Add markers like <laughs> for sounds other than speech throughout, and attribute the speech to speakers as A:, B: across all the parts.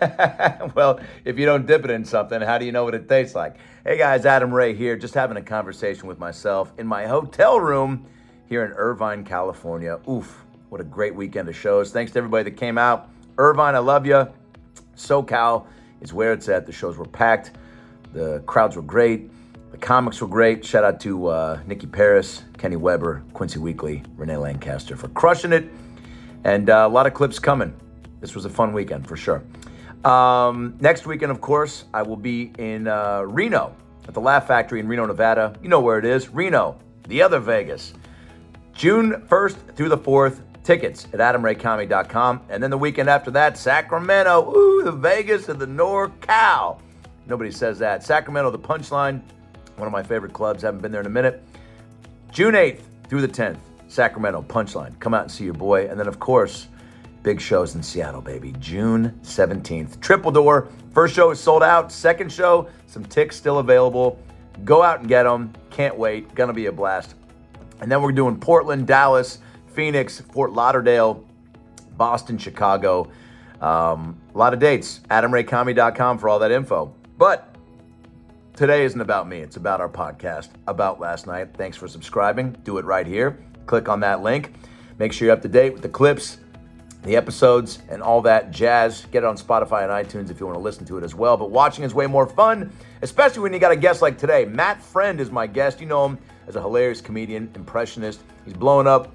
A: <laughs> well, if you don't dip it in something, how do you know what it tastes like? Hey guys, Adam Ray here, just having a conversation with myself in my hotel room here in Irvine, California. Oof, what a great weekend of shows. Thanks to everybody that came out. Irvine, I love you. SoCal is where it's at. The shows were packed, the crowds were great, the comics were great. Shout out to uh, Nikki Paris, Kenny Weber, Quincy Weekly, Renee Lancaster for crushing it. And uh, a lot of clips coming. This was a fun weekend for sure. Um, next weekend, of course, I will be in uh, Reno at the Laugh Factory in Reno, Nevada. You know where it is Reno, the other Vegas. June 1st through the 4th, tickets at adamraycomedy.com. And then the weekend after that, Sacramento. Ooh, the Vegas and the NorCal. Nobody says that. Sacramento, the punchline, one of my favorite clubs. Haven't been there in a minute. June 8th through the 10th, Sacramento, punchline. Come out and see your boy. And then, of course, Big shows in Seattle, baby. June 17th. Triple door. First show is sold out. Second show, some ticks still available. Go out and get them. Can't wait. Gonna be a blast. And then we're doing Portland, Dallas, Phoenix, Fort Lauderdale, Boston, Chicago. Um, a lot of dates. AdamRayComedy.com for all that info. But today isn't about me. It's about our podcast, about last night. Thanks for subscribing. Do it right here. Click on that link. Make sure you're up to date with the clips, the episodes and all that jazz. Get it on Spotify and iTunes if you want to listen to it as well. But watching is way more fun, especially when you got a guest like today. Matt Friend is my guest. You know him as a hilarious comedian, impressionist. He's blown up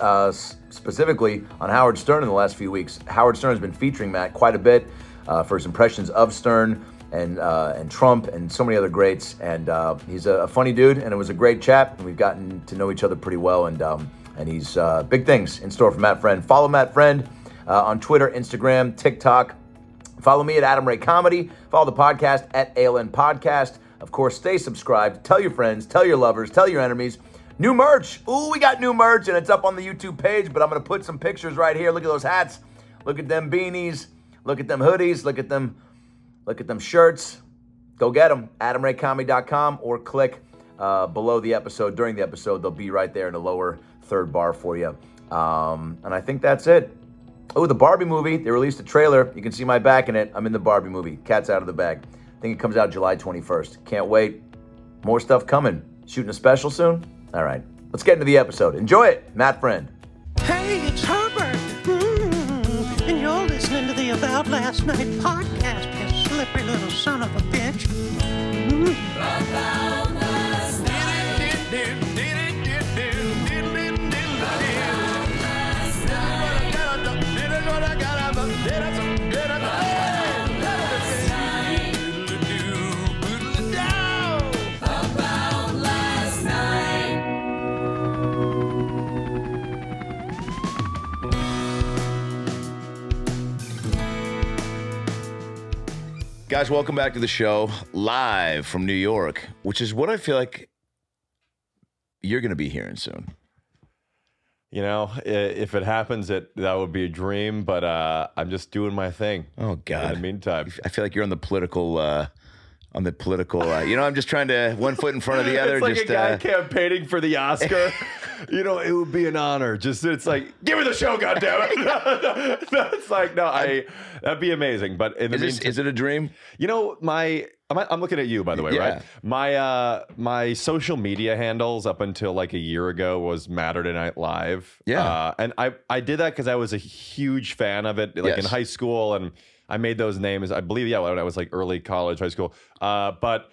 A: uh, specifically on Howard Stern in the last few weeks. Howard Stern has been featuring Matt quite a bit uh, for his impressions of Stern. And, uh, and Trump and so many other greats. And uh, he's a, a, funny dude, and it was a great chat. And we've gotten to know each other pretty well. And um, and he's uh, big things in store for Matt Friend. Follow Matt Friend uh, on Twitter, Instagram, TikTok. Follow me at Adam Ray Comedy. Follow the podcast at ALN Podcast. Of course, stay subscribed. Tell your friends, tell your lovers, tell your enemies. New merch. Ooh, we got new merch, and it's up on the YouTube page. But I'm gonna put some pictures right here. Look at those hats. Look at them beanies. Look at them hoodies. Look at them. Look at them shirts. Go get them. AdamRayComedy.com or click uh, below the episode. During the episode, they'll be right there in the lower third bar for you. Um, and I think that's it. Oh, the Barbie movie. They released a trailer. You can see my back in it. I'm in the Barbie movie. Cat's out of the bag. I think it comes out July 21st. Can't wait. More stuff coming. Shooting a special soon? All right. Let's get into the episode. Enjoy it. Matt Friend.
B: Hey, it's Herbert. Mm-hmm. And you're listening to the About Last Night podcast, you slippery little son of a bitch. Mm-hmm.
A: Guys, welcome back to the show live from New York, which is what I feel like you're going to be hearing soon.
C: You know, if it happens, it that would be a dream. But uh, I'm just doing my thing.
A: Oh God!
C: In the meantime,
A: I feel like you're on the political, uh, on the political. Uh, you know, I'm just trying to one foot in front <laughs> of the other.
C: <laughs> it's like
A: just uh,
C: a guy campaigning for the Oscar. uh, <laughs> you know, it would be an honor. Just it's like, give me the show, goddammit. <laughs> it! no, it's like, no, I that'd be amazing. But in the
A: is,
C: meantime,
A: this, is it a dream?
C: You know, my I'm, I'm looking at you by the way,
A: Yeah.
C: right? My uh my social media handles up until like a year ago was Saturday Night Live.
A: Yeah.
C: uh, and I I did that because I was a huge fan of it, like in
A: Yes.
C: high school, and I made those names. I believe, yeah, when I was like early college, high school. Uh, but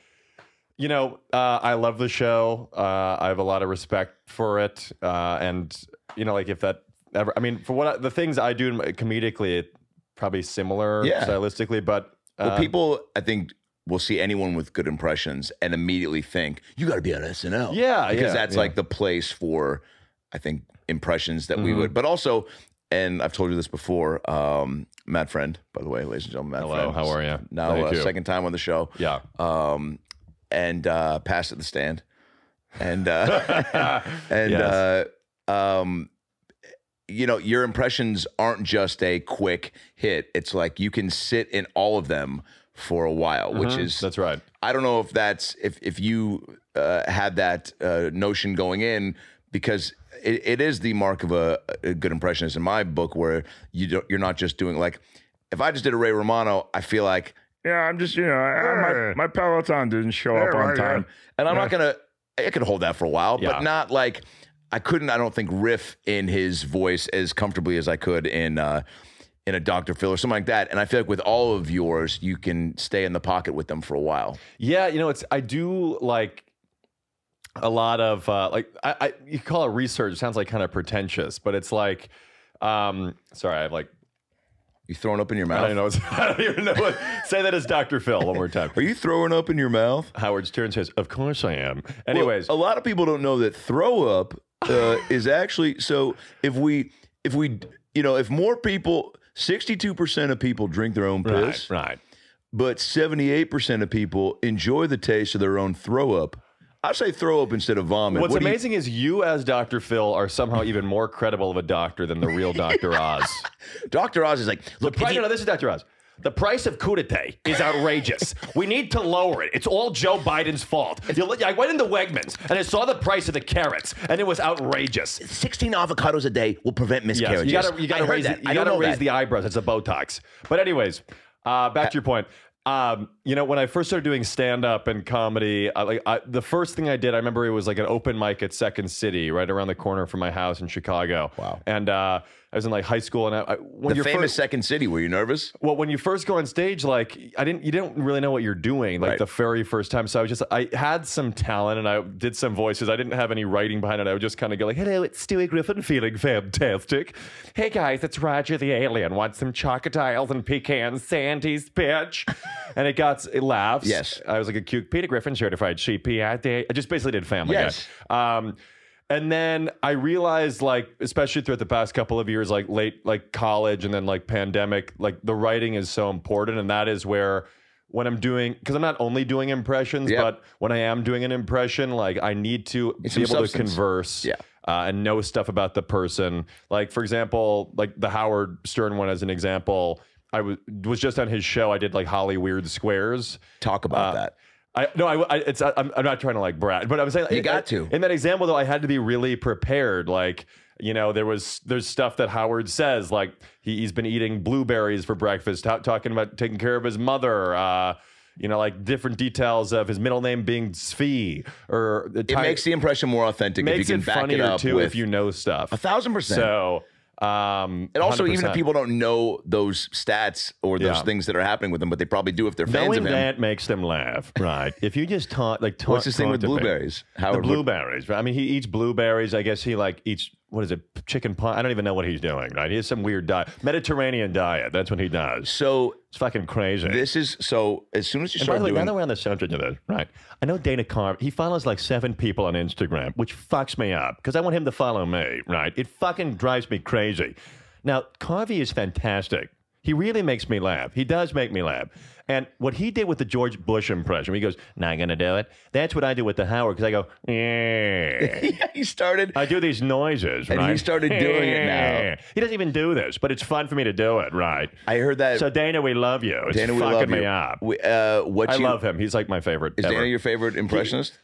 C: you know, uh, I love the show. Uh, I have a lot of respect for it, uh, and you know, like if that ever, I mean, for what I, the things I do in my- comedically, it probably similar
A: Yeah.
C: stylistically, but
A: Well,
C: um,
A: people, I think, will see anyone with good impressions and immediately think you got to be on SNL.
C: Yeah,
A: because
C: yeah,
A: that's
C: yeah.
A: like the place for, I think, impressions that we
C: Mhm.
A: would. But also, and I've told you this before, um, Matt
C: Oh.
A: Friend, by the way, ladies and gentlemen, Matt
C: Hello,
A: Friend.
C: how are you?
A: Now,
C: Thank
A: uh,
C: you.
A: second time on the show.
C: yeah,
A: Um, and uh, passed at the stand, and
C: <laughs>
A: uh, <laughs> and
C: Yes.
A: uh, um, you know your impressions aren't just a quick hit. It's like you can sit in all of them for a while, which is
C: Uh-huh. Mm-hmm. That's right.
A: I don't know if that's if if you uh, had that uh, notion going in because it, it is the mark of a, a good impressionist in my book where you don't, you're not just doing like if I just did a Ray Romano I feel like yeah I'm just you know I, I- my, my Peloton didn't show up on time and I'm not gonna I could hold that for a while
C: Yeah.
A: but not like I couldn't I don't think riff in his voice as comfortably as I could in uh, in a Dr. Phil or something like that and I feel like with all of yours you can stay in the pocket with them for a while.
C: Yeah, you know, it's I do like a lot of uh, like I, I you call it research. It sounds like kind of pretentious, but it's like um sorry, I've like
A: You throwing up in your
C: I
A: mouth?
C: don't know. <laughs> I don't even know what. Say that as Dr. Phil one more time.
A: <laughs> Are you throwing up in your mouth?
C: Howard Stern says, "Of course I am."
A: Well, oh,
C: Anyways,
A: a lot of people don't know that throw up
C: <laughs>
A: uh, is actually so. If we, if we, you know, if more people, sixty-two percent of people drink their own
C: right,
A: piss,
C: right.
A: but seventy-eight percent of people enjoy the taste of their own throw up. I say throw up instead of vomit.
C: What's
A: What do you-
C: amazing is you, as Dr. Phil, are somehow even more credible of a doctor than the
A: <laughs>
C: real Dr. Oz.
A: Doctor Oz is like,
C: the
A: look, if
C: price,
A: you-
C: no, no, this is Dr. Oz. The price of crudite is outrageous. we need to lower it. It's all Joe Biden's fault. You li- I went into Wegmans and I saw the price of the carrots, and it was outrageous.
A: sixteen avocados a day will prevent
C: Yes,
A: miscarriages.
C: you gotta, you gotta
A: I heard
C: raise,
A: that.
C: the-
A: I
C: you
A: don't
C: gotta
A: know
C: raise
A: that.
C: the eyebrows. It's a Botox. But anyways, uh, back to your point. Um, you know, when I first started doing stand up and comedy, I, like I, the first thing I did, I remember it was like an open mic at Second City, right around the corner from my house in Chicago.
A: Wow.
C: And uh, I was in like high school, and I, I when
A: the
C: you're
A: famous
C: first,
A: Second City. Were you nervous?
C: well, when you first go on stage, like I didn't, you don't really know what you're doing, like
A: Right.
C: the very first time. So I was just, I had some talent and I did some voices. I didn't have any writing behind it. I would just kind of go like, "Hello, it's Stewie Griffin, feeling fantastic. Hey guys, it's Roger the Alien. Want some chocodiles and pecan sandies, bitch?" and it got it laughs.
A: Yes.
C: I was like a cute Peter Griffin certified sheepy. I did- I just basically did Family
A: Yes.
C: Guy. Um, and then I realized, like, especially throughout the past couple of years, like late, like college, and then like pandemic, like the writing is so important, and that is where when I'm doing because I'm not only doing impressions,
A: Yep.
C: but when I am doing an impression, like I need to
A: It's
C: be
A: some
C: able to
A: substance.
C: converse.
A: Yeah.
C: Uh, and know stuff about the person. Like, for example, like the Howard Stern one as an example. I was was just on his show. I did like Holly Weird Squares.
A: Talk about
C: Uh,
A: that.
C: I no, I, I it's I, am I'm not trying to like brat, but I'm saying
A: You
C: I-
A: got
C: I-
A: to.
C: In that example, though, I had to be really prepared. Like you know, there was there's stuff that Howard says, like he, he's been eating blueberries for breakfast, ta- talking about taking care of his mother. Uh, you know, like different details of his middle name being Svi, or the
A: It makes the impression more authentic if you
C: makes
A: can
C: it
A: back
C: funnier
A: it up
C: too
A: with
C: if you know stuff.
A: a thousand percent.
C: So, um,
A: And also, even
C: 100%.
A: if people don't know those stats <laughs> or those
C: Yeah.
A: things that are happening with them, but they probably do if they're fans
C: knowing
A: of him.
C: that makes them laugh, right? if you just taunt like taunt,
A: What's this thing with blueberries?
C: the
A: Howard, what-
C: blueberries. Right? I mean, he eats blueberries. I guess he like eats what is it? Chicken pie. I don't even know what he's doing. Right? He has some weird diet, Mediterranean diet. That's what he does.
A: So
C: It's fucking crazy.
A: this is so. As soon as you
C: and by
A: start
C: the way, now
A: doing,
C: that we're on the subject of this, right? I know Dana Carvey. He follows like seven people on Instagram, which fucks me up because I want him to follow me, right? It fucking drives me crazy. Now Carvey is fantastic. He really makes me laugh. He does make me laugh. And what he did with the George Bush impression, he goes, "Not gonna do it." That's what I do with the Howard because I go, "Yeah."
A: <laughs> he started.
C: I do these noises,
A: And
C: right?
A: he started doing it now.
C: He doesn't even do this, but it's fun for me to do it, right?
A: I heard that.
C: So Dana, we love you. It's
A: Uh, Dana, we
C: fucking
A: love
C: me
A: you.
C: up.
A: We- uh, what
C: I
A: you,
C: love him. He's like my favorite.
A: Is
C: ever.
A: Dana your favorite impressionist?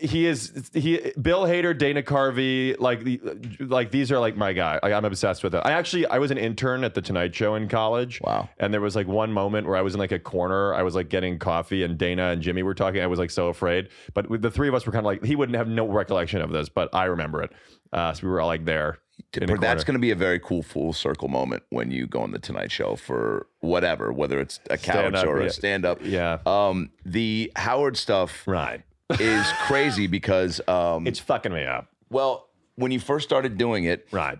C: he is he Bill Hader, Dana Carvey, like the like these are like my guy. Like, I'm obsessed with it. I actually I was an intern at the Tonight Show in college.
A: Wow.
C: And there was like one moment where I was in like a corner. I was like getting coffee, and Dana and Jimmy were talking. I was like so afraid, but with the three of us were kind of like he wouldn't have no recollection of this, but I remember it. Uh, so we were all like there. in
A: But
C: a corner.
A: That's going to be a very cool full circle moment when you go on the Tonight Show for whatever, whether it's a couch
C: Stand-up,
A: or
C: yeah.
A: a stand up.
C: Yeah.
A: Um, the Howard stuff
C: Right.
A: is crazy because um,
C: It's fucking me up.
A: well, when you first started doing it,
C: Right.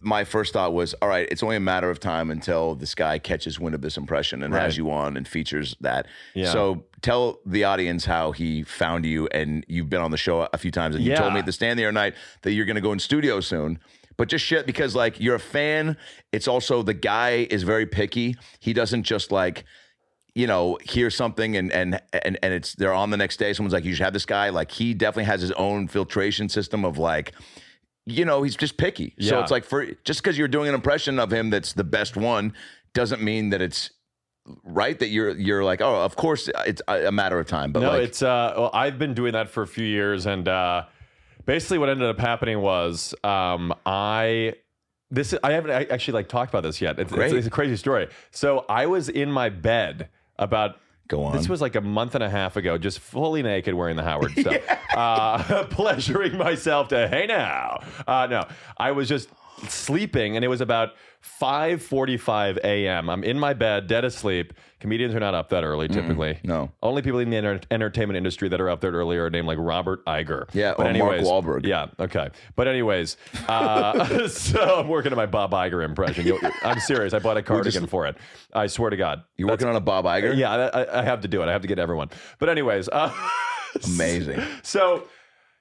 A: my first thought was, all right, it's only a matter of time until this guy catches wind of this impression and
C: Right.
A: has you on and features that.
C: Yeah.
A: So tell the audience how he found you, and you've been on the show a few times, and you told
C: Yeah.
A: me at the stand the other night that you're going to go in studio soon. But just shit because like you're a fan. It's also the guy is very picky. He doesn't just like you know, hear something and and and and it's they're on the next day. Someone's like, you should have this guy. Like he definitely has his own filtration system of like, you know, he's just picky. So
C: Yeah.
A: it's like for just because you're doing an impression of him that's the best one doesn't mean that it's right that you're you're like, oh, of course it's a a matter of time. But
C: no,
A: like,
C: it's uh, well, I've been doing that for a few years, and uh, basically, what ended up happening was um, I this I haven't I actually like talked about this yet. It's, it's,
A: Great.
C: it's a crazy story. So I was in my bed about.
A: Go on.
C: This was like a month and a half ago, just fully naked, wearing
A: <laughs>
C: the Howard stuff, uh, <laughs> pleasuring myself to "Hey now." Uh, no, I was just sleeping, and it was about 5:45 a.m. I'm in my bed, dead asleep. Comedians are not up that early typically.
A: Mm, no.
C: Only people in the enter- entertainment industry that are up there earlier are named like Robert Iger.
A: Yeah, or Mark Wahlberg.
C: Yeah, okay. But anyways, uh, <laughs> so I'm working on my Bob Iger impression. You- I'm serious. I bought a cardigan for it. I swear to God.
A: you're working on a Bob Iger.
C: Yeah, I, I- I have to do it. I have to get everyone. But anyways, uh, <laughs>
A: amazing.
C: so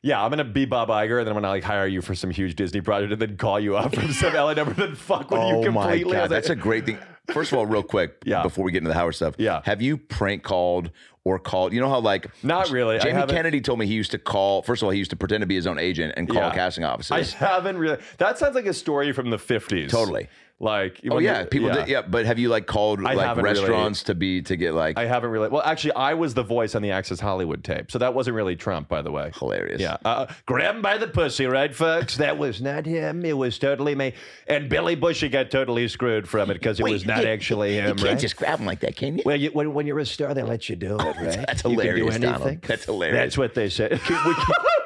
C: yeah, I'm gonna be Bob Iger, and then I'm gonna like hire you for some huge Disney project, and then call you up from some LA number, then fuck with you completely. I was like-
A: Oh, that's a great thing. First of all, real quick,
C: <laughs> Yeah.
A: before we get into the Howard stuff,
C: Yeah.
A: have you prank called or called? You know how like
C: Not really. I
A: Jamie
C: haven't-
A: Kennedy told me he used to call. First of all, he used to pretend to be his own agent and call
C: Yeah.
A: casting
C: I
A: offices.
C: haven't really. That sounds like a story from the 50s.
A: Totally.
C: Like,
A: oh
C: when
A: yeah,
C: you-
A: people. Yeah. Did, yeah, but have you like called
C: I
A: like
C: haven't really.
A: restaurants to be to get like
C: I haven't really. Well, actually, I was the voice on the Access Hollywood tape, so that wasn't really Trump, by the way.
A: hilarious?
C: Yeah, uh, grab him by the pussy, right, folks? That was not him. It was totally me. And Billy Bushy got totally screwed from it because it
A: Wait,
C: was not
A: you-
C: actually him,
A: You can't
C: right?
A: just grab them like that, can you?
C: well, you, when, when you're a star, they let you <laughs> do it, right?
A: That's
C: You can do
A: hilarious, Donald.
C: anything.
A: That's hilarious.
C: That's what they <laughs> said.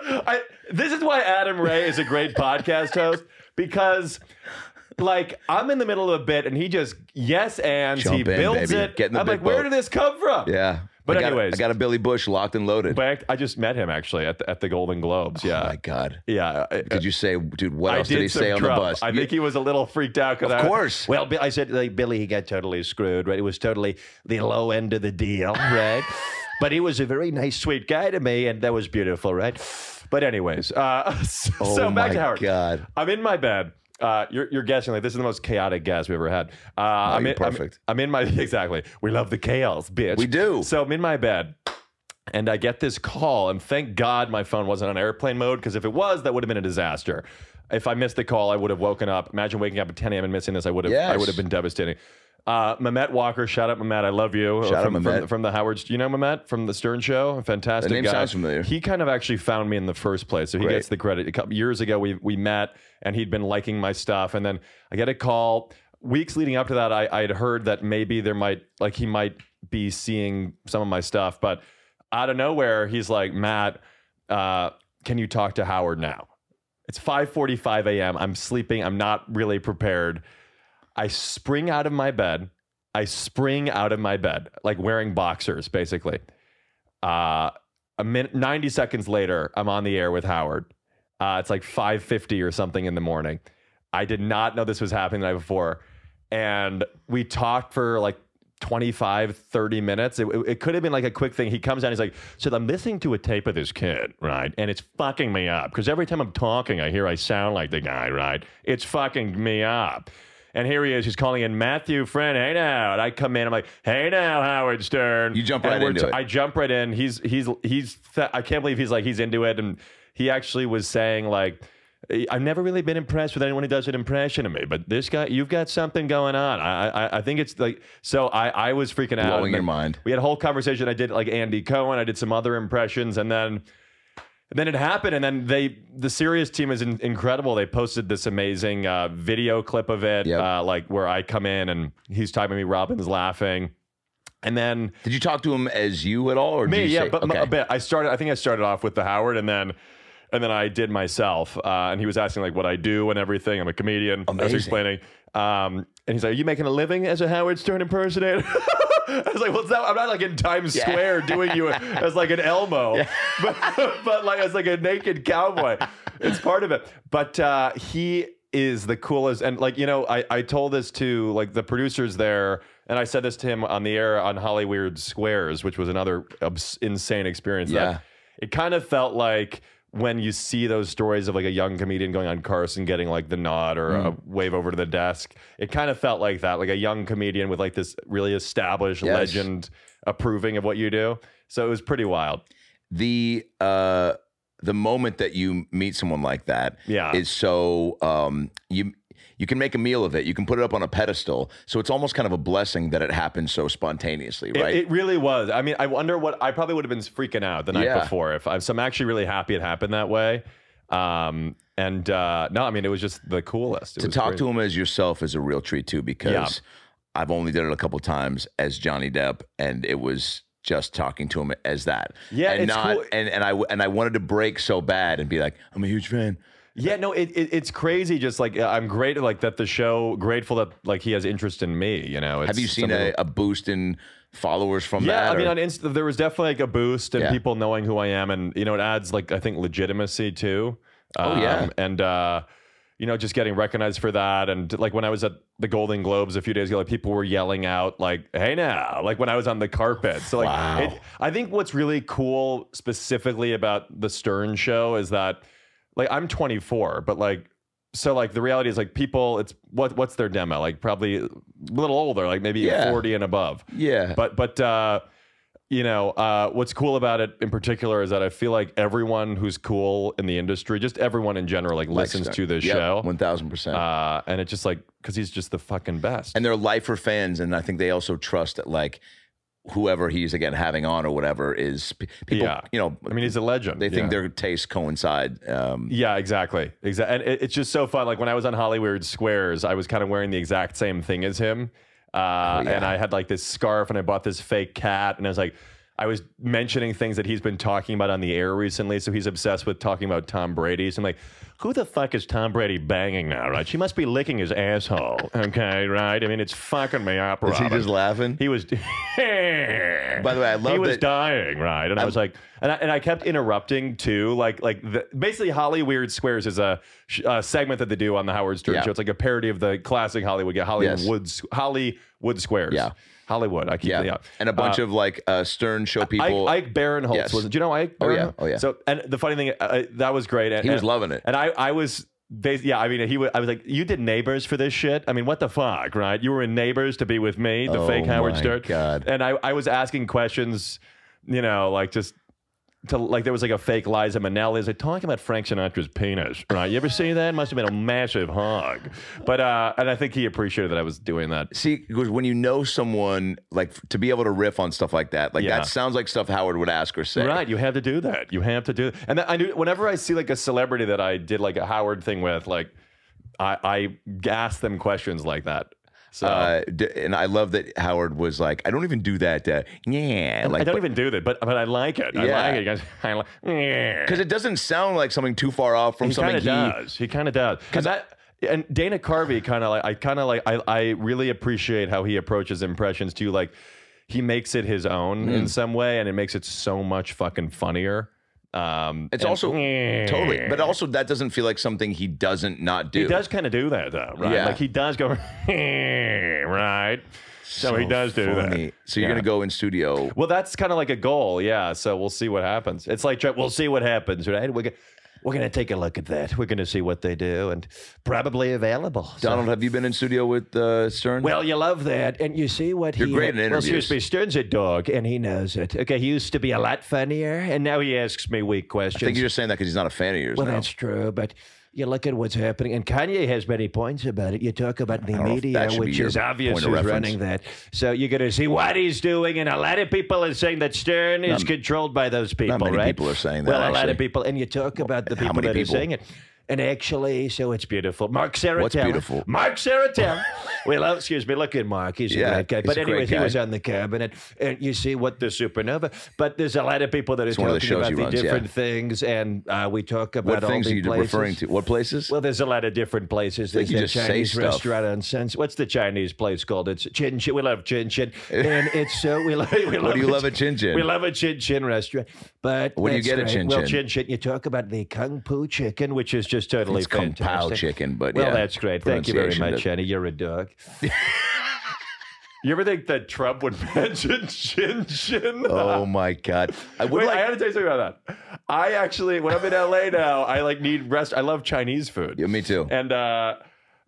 C: I, this is why Adam Ray is a great podcast host because, like, I'm in the middle of a bit and he just yes and he
A: Jump in,
C: builds
A: baby.
C: it.
A: Get in the
C: I'm
A: big
C: like, where
A: boat."
C: did this come from?
A: yeah.
C: But
A: I got,
C: anyways.
A: I got a Billy Bush locked and loaded.
C: But I just met him actually at the, at the Golden Globes. Yeah,
A: oh my God.
C: yeah. I-
A: Did you say, dude? What
C: I
A: else did he
C: some
A: say on the
C: Trump.
A: bus?
C: I think he was a little freaked out. 'cause
A: Of
C: I-
A: course.
C: Well, Bi- I said, like, Billy, he got totally screwed, right? It was totally the low end of
A: <laughs>
C: the deal, right? but he was a very nice, sweet guy to me, and that was beautiful, right? But anyways, uh, <laughs> so,
A: Oh
C: so back
A: my
C: to Howard.
A: God.
C: I'm in my bed. Uh, you're, you're guessing like this is the most chaotic gas we ever had. Uh, I'm
A: you're
C: in, I'm-
A: perfect.
C: I'm, in my <laughs> exactly. We love the chaos, bitch.
A: We do.
C: So I'm in my bed. And I get this call, and thank God my phone wasn't on airplane mode because if it was, that would have been a disaster. If I missed the call, I would have woken up. Imagine waking up at 10 a.m. and missing this. I would have. I
A: Yes.
C: would have been devastating. Uh, Mamet Walker, shout out Mamet, I love you.
A: Shout out
C: from,
A: Mamet.
C: From, from the Howard, do you know Mamet from the Stern Show? A Fantastic
A: The name
C: guy.
A: sounds familiar.
C: He kind of actually found me in the first place, so he
A: Great.
C: gets the credit. A couple years ago, we we met, and he'd been liking my stuff, and then I get a call. Weeks leading up to that, I I had heard that maybe there might like he might be seeing some of my stuff, but out of nowhere, he's like, Matt, uh, can you talk to Howard now? It's 5:45 a.m. I'm sleeping. I'm not really prepared. I spring out of my bed. I spring out of my bed, like wearing boxers, basically. Uh, a minute, 90 seconds later, I'm on the air with Howard. Uh, it's like 5:50 or something in the morning. I did not know this was happening the night before, and we talked for like 25, 30 minutes. It, it, it could have been like a quick thing. He comes down, he's like, "So I'm listening to a tape of this kid, right? And it's fucking me up because every time I'm talking, I hear I sound like the guy, right? It's fucking me up." And here he is. He's calling in Matthew Friend. Hey now, and I come in. I'm like, Hey now, Howard Stern.
A: You jump
C: And
A: right
C: we're
A: into it.
C: I jump right in. He's he's he's. Th- I can't believe he's like he's into it, and he actually was saying like, I've never really been impressed with anyone who does an impression of me, but this guy, you've got something going on. I I, I think it's like so. I I was freaking out.
A: Blowing
C: and
A: your
C: then
A: mind.
C: We had a whole conversation. I did like Andy Cohen. I did some other impressions, and then. And then it happened, and then they the serious team is in, incredible. They posted this amazing uh, video clip of it,
A: Yep.
C: uh, like where I come in and he's talking to me. Robin's laughing, and then
A: Did you talk to him as you at all, or
C: me,
A: did you
C: yeah,
A: say-
C: but m-
A: okay.
C: a bit. I started. I think I started off with the Howard, and then and then I did myself. Uh, and he was asking like what I do and everything. I'm a comedian. I was
A: Amazing.
C: explaining. Um, and he's like, "Are you making a living as a Howard Stern impersonator?" <laughs> I was like, "Well, it's not, I'm not like in Times Square doing you as like an Elmo, but, <laughs> but like as like a naked cowboy. It's part of it." But uh, he is the coolest, and like you know, I I told this to like the producers there, and I said this to him on the air on Hollywood Squares, which was another obs- insane experience.
A: Yeah.
C: That it kind of felt like when you see those stories of like a young comedian going on Carson getting like the nod or a
A: Mm.
C: wave over to the desk, it kind of felt like that, like a young comedian with like this really established
A: Yes.
C: legend approving of what you do. So it was pretty wild.
A: the uh the moment that you meet someone like that
C: Yeah.
A: is so um you you can make a meal of it you can put it up on a pedestal so it's almost kind of a blessing that it happened so spontaneously
C: It,
A: right
C: it really was. I mean, I wonder what I probably would have been freaking out the night
A: Yeah.
C: before if I, so. I'm actually really happy it happened that way. Um, and uh, no, I mean, it was just the coolest. It
A: to
C: was
A: talk
C: great.
A: to him as yourself is a real treat too because I've only done it a couple times as Johnny Depp and it was just talking to him as that.
C: Yeah,
A: and
C: it's cool.
A: and and I and I wanted to break so bad and be like, I'm a huge fan.
C: Yeah, no, it, it it's crazy. Just like I'm great, like that. The show grateful that like he has interest in me. You know, it's
A: Have you seen
C: something-
A: a, a boost in followers from that?
C: Yeah, I mean,
A: or-
C: on Insta, there was definitely like a boost and
A: Yeah.
C: people knowing who I am, and you know, it adds like I think legitimacy too.
A: Oh, yeah.
C: and uh, you know, just getting recognized for that, and like when I was at the Golden Globes a few days ago, like people were yelling out like, "Hey now!" Like when I was on the carpet. So like,
A: Wow.
C: it, I think what's really cool specifically about the Stern Show is that like I'm 24, but like. So like the reality is like people it's what what's their demo like probably a little older like maybe
A: Yeah.
C: 40 and above
A: yeah.
C: but but uh you know uh what's cool about it in particular is that i feel like everyone who's cool in the industry just everyone in general like listens to this show
A: One thousand percent.
C: uh and it's just like because he's just the fucking best
A: And they're lifer fans, and I think they also trust that like whoever he's again having on or whatever is p- people.
C: Yeah.
A: You know,
C: i mean he's a legend
A: they think
C: yeah.
A: their tastes coincide. Um,
C: yeah, exactly. Exactly. And it, it's just so fun. Like when I was on Hollywood Squares, I was kind of wearing the exact same thing as him. Uh,
A: Oh, yeah.
C: And I had like this scarf and I bought this fake cat. And I was like, I was mentioning things that he's been talking about on the air recently. So he's obsessed with talking about Tom Brady. So I'm like, who the fuck is Tom Brady banging now, right? She must be licking his asshole. Okay, right? I mean, it's fucking me up,
A: is he
C: Robin.
A: just laughing?
C: He was. <laughs> By the
A: way, I
C: He
A: love
C: was
A: that-
C: dying, right? And i was like, and I, and I kept interrupting too, like like the, basically Holly Weird Squares is a, sh- a segment that they do on the Howard Stern
A: Yeah.
C: Show. It's like a parody of the classic Hollywood, yeah, Hollywood
A: Yes.
C: Woods, Hollywood Squares,
A: Yeah.
C: Hollywood. I keep
A: yeah.
C: yeah,
A: and a bunch of like uh, Stern show people.
C: Ike, Ike Barinholtz
A: Yes.
C: was. Do you know Ike?
A: Oh, yeah.
C: Barinholtz?
A: Oh, yeah.
C: So and the funny thing uh, that was great. And,
A: He was
C: and-
A: loving it.
C: And I I was. bas- yeah, I mean, he. Was, I was like, "You did Neighbors for this shit. I mean, what the fuck, right? You were in Neighbors to be with me, the
A: Oh
C: fake Howard
A: my
C: Stern."
A: God.
C: And I, I was asking questions, you know, like just to like there was like a fake Liza Minnelli. It's like talking about Frank Sinatra's penis, right? You ever see that? Must have been a massive hog. But uh, and I think he appreciated that I was doing that.
A: See, because when you know someone, like f- to be able to riff on stuff like that, like
C: Yeah.
A: that sounds like stuff Howard would ask or say.
C: Right, you have to do that. You have to do. And that I knew whenever I see like a celebrity that I did like a Howard thing with, like I I ask them questions like that. So
A: Uh, d- and I love that Howard was like, I don't even do that. Uh, yeah. Like,
C: I don't even do that, but but I like it.
A: Yeah.
C: I like it. guys. I like
A: because
C: because
A: it doesn't sound like something too far off from
C: he kind
A: something
C: of
A: he.
C: does. He kind of does. Because that. And Dana Carvey kind of like I kind of like I I really appreciate how he approaches impressions too. Like he makes it his own
A: Hmm.
C: in some way, and it makes it so much fucking funnier. Um,
A: It's
C: and-
A: also totally, but also that doesn't feel like something he doesn't not do.
C: He does kind of do that though, right?
A: Yeah.
C: Like he does go <laughs> right. So, he does do
A: Funny.
C: that.
A: So you're
C: Yeah.
A: gonna go in studio.
C: Well, that's kind of like a goal, yeah. So we'll see what happens. It's like we'll see what happens, right? We're gonna, we're gonna take a look at that. We're gonna see what they do and probably available. So-
A: Donald, have you been in studio with uh, Stern?
C: Well, you love that, and you see what
A: You're
C: he.
A: great in
C: well,
A: interviews.
C: seriously, Stern's a dog, and he knows it. Okay, he used to be a lot funnier, and now he asks me
A: I
C: weak
A: think
C: questions.
A: you're just saying that because he's not a fan of yours.
D: Well,
A: now.
D: that's true, but you look at what's happening, and Kanye has many points about it. You talk about the
A: don't know if
D: media,
A: that should be
D: which
A: your
D: is obvious,
A: point
D: is
A: of reference.
D: running that. So you're going to see what he's doing, and a lot of people are saying that Stern is controlled by those people.
A: many
D: right?
A: people are saying that,
D: Well, a lot
A: actually.
D: of people, and you talk about the
A: how
D: people
A: many
D: that
A: people?
D: are saying it. And actually, so it's beautiful. Mark Saratella.
A: beautiful?
D: Mark
A: <laughs>
D: Saratella. well, oh, excuse me. Look at Mark. He's
A: Yeah,
D: a great guy.
A: he's
D: But
A: a great
D: anyways,
A: guy.
D: he was on the cabinet, and you see what the supernova. But there's a lot of people that are
A: one
D: talking
A: of the shows
D: about
A: he
D: the
A: runs, yeah.
D: different things, and uh, we talk about
A: what
D: all
A: things are
D: the
A: you
D: places.
A: referring to? What places?
D: Well, there's a lot of different places.
A: think
D: There's
A: you
D: that
A: just say
D: Chinese
A: stuff.
D: restaurant on Sense. What's the Chinese place called? It's Chin Chin. We love Chin
A: <laughs>
D: Chin, and it's so we love. <laughs> We love
A: do you
D: it.
A: love at Chin Chin?
D: We love a Chin Chin restaurant, but
A: What do you
D: that's
A: get at
D: great.
A: Chin
D: Well,
A: Chin?
D: Chin Chin. You talk about the Kung Po chicken, which is just totally
A: It's Kung
D: fantastic.
A: Pao chicken, but
D: well,
A: yeah,
D: that's great. Thank you very
A: <laughs> pronunciation
D: much,
A: does-
D: Annie. You're a dog.
C: You ever think that
D: <laughs>
C: Trump would mention Shin Shin?
A: Oh my god! I would
C: Wait,
A: like.
C: I had to tell you something about that. I actually, when I'm in LA now, I like need rest. I love Chinese food.
A: Yeah, me too.
C: And uh,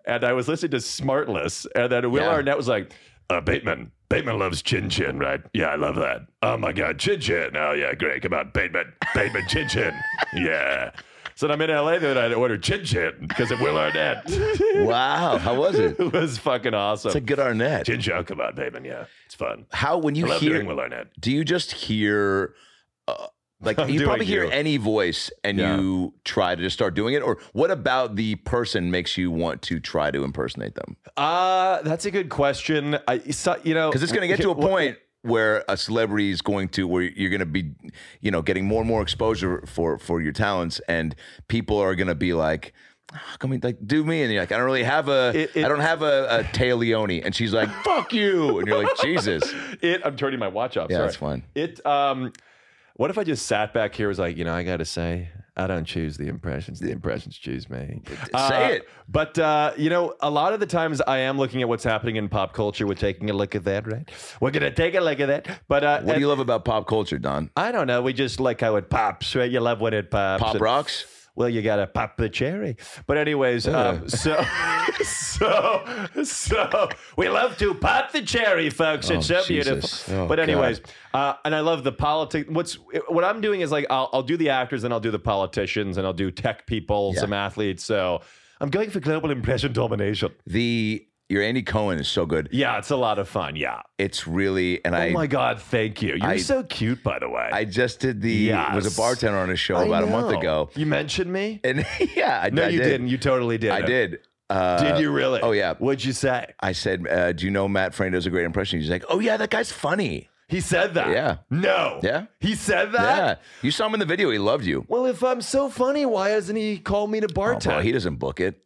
C: and I was listening to Smartless, and then Will
A: Yeah.
C: Arnett was like, uh, "Bateman, Bateman loves Chin Chin, right? Yeah, I love that. Oh my God, Chin Chin. Oh yeah, great. Come on, Bateman, Bateman, Chin Chin. <laughs> Yeah." So then I'm in LA the other night. I ordered Chin Chin because of Will
A: <laughs>
C: Arnett.
A: wow, how was it?
C: <laughs> it was fucking awesome.
A: It's a good Arnett.
C: <laughs> Chin Chin, oh, come on, Bateman. Yeah, it's fun.
A: How when you
C: I love
A: hear
C: doing Will Arnett.
A: do you just hear uh,
C: <laughs>
A: like
C: I'm
A: you
C: doing
A: probably hear
C: you.
A: any voice and
C: Yeah.
A: you try to just start doing it or what about the person makes you want to try to impersonate them
C: Uh, that's a good question. I, so, you know,
A: because it's going to
C: <laughs>
A: get to a point where a celebrity is going to where you're going to be you know getting more and more exposure for for your talents and people are going to be like "Ah, Come in, like do me, and you're like, I don't really have a,
C: It- it-
A: I don't have a, a Taya Leone, and she's like, fuck you, and
C: <laughs>
A: you're like, Jesus,
C: It. I'm turning my watch off.
A: yeah,
C: sorry.
A: that's fine.
C: It. Um. What if I just sat back here? Was like, you know, I gotta say, I don't choose the impressions. The impressions choose me.
A: Say
C: Uh,
A: it.
C: But uh, you know, a lot of the times I am looking at what's happening in pop culture. We're taking a look at that, right? We're gonna take a look at that. But uh,
A: What do you love about pop culture, Don?
C: I don't know. We just like how it pops, right? You love when it pops.
A: Pop
C: And-
A: rocks.
C: well, you gotta pop the cherry. But anyways, um, <laughs> so so so we love to pop the cherry, folks. It's
A: Oh,
C: so
A: Jesus.
C: beautiful.
A: Oh,
C: but
A: God.
C: anyways, uh, and I love the politics. What's what I'm doing is like I'll, I'll do the actors, and I'll do the politicians, and I'll do tech people,
A: Yeah.
C: some athletes. So I'm going for global impression domination.
A: The your Andy Cohen is so good.
C: Yeah, it's a lot of fun. Yeah.
A: It's really and
C: Oh
A: I
C: my God, thank you. You're
A: I-
C: so cute, by the way.
A: I just did the was
C: Yes.
A: a bartender on a show
C: I
A: about a month
C: know.
A: ago.
C: You mentioned me.
A: And <laughs> yeah, I,
C: No,
A: I
C: you
A: did.
C: didn't. You totally did.
A: I
C: it.
A: did. Uh,
C: Did you really?
A: Oh yeah.
C: What'd you say?
A: I said, uh, do you know Matt Frame does a great impression? He's like, oh yeah, that guy's funny.
C: He said that.
A: Yeah.
C: No.
A: Yeah.
C: He said that. <laughs>
A: Yeah, you saw him in the video. He loved you.
C: Well, if I'm so funny, why hasn't he called me to
A: Oh,
C: bartend?
A: bro, he doesn't book it.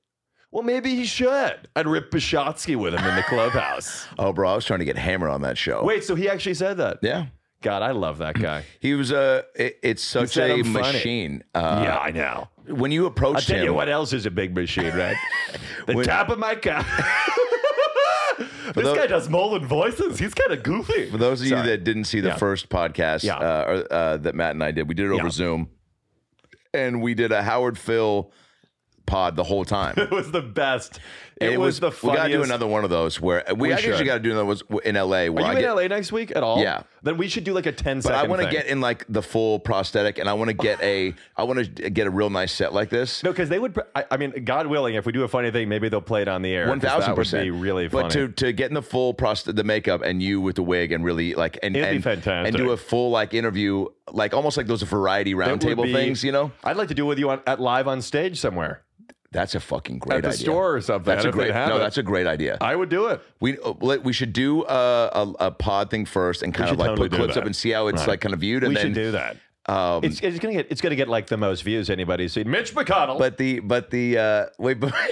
C: well, maybe he should. I'd rip Bishotsky with him in the clubhouse.
A: <laughs> Oh, bro, I was trying to get hammer on that show.
C: Wait, so he actually said that?
A: Yeah,
C: God, I love that guy.
A: he was a. it- it's such
C: said
A: a
C: I'm funny.
A: machine. <clears throat> Uh,
C: yeah, I know.
A: When you
C: I'll
A: approached
C: tell
A: him,
C: you what else is a big machine,
A: <laughs>
C: right? the
A: When-
C: top of my <laughs> car. this
A: tho-
C: guy does Molin voices. He's kind of goofy.
A: For those of
C: Sorry.
A: you that didn't see the
C: Yeah.
A: first podcast
C: Yeah.
A: uh, or, uh, that Matt and I did, we did it over
C: Yeah.
A: Zoom, and we did a Howard Phil pod the whole time.
C: <laughs> it was the best. <laughs> It,
A: And
C: was, the
A: We
C: funniest.
A: gotta do another one of those where we,
C: We
A: actually
C: should.
A: gotta do another one in LA. Where
C: Are
A: I
C: you in
A: get,
C: LA next week at all?
A: Yeah.
C: Then we should do like a 10
A: But
C: second
A: I want to
C: thing.
A: get in like the full prosthetic, and I want to get a, I want to get a real nice set like this.
C: No, because they would. pr- I, I mean, God willing, if we do a funny thing, maybe they'll play it on the air.
A: One
C: 'cause
A: thousand
C: that would
A: percent.
C: Be really funny.
A: But to to get in the full prost the makeup and you with the wig and really like and
C: It'd be
A: and,
C: fantastic.
A: and do a full like interview like almost like those variety
C: That would
A: roundtable
C: be-
A: things, you know?
C: I'd like to do it with you on, at live on stage somewhere
A: That's a fucking great
C: at the
A: idea.
C: store or something.
A: That's
C: I
A: a
C: don't know if
A: great.
C: they have
A: No,
C: it.
A: that's a great idea.
C: I would do it.
A: We uh, let- we should do a, a, a pod thing first and kind of
C: should
A: like
C: totally
A: put
C: do
A: clips
C: that.
A: up and see how it's
C: Right.
A: like kind of viewed. And
C: we
A: then,
C: should do that.
A: Um,
C: It's, it's gonna get. It's gonna get like the most views anybody's seen. Mitch McConnell.
A: but the but the uh, wait, but <laughs>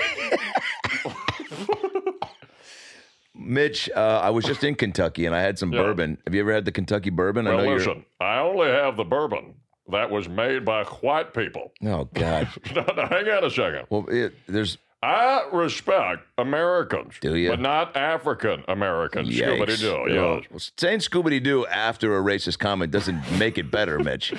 A: Mitch, uh, I was just in Kentucky and I had some bourbon. Have you ever had the Kentucky bourbon? I
E: Well,
A: you're-
E: listen, I only have the bourbon that was made by white people.
A: Oh God.
E: <laughs> Now, now, Hang on a second.
A: Well, it, there's
E: I respect Americans,
A: Do ya?
E: but not African Americans.
A: yikes.
E: Scooby Doo,
A: Well,
E: yes.
A: Saying Scooby Doo after a racist comment doesn't make it better, Mitch.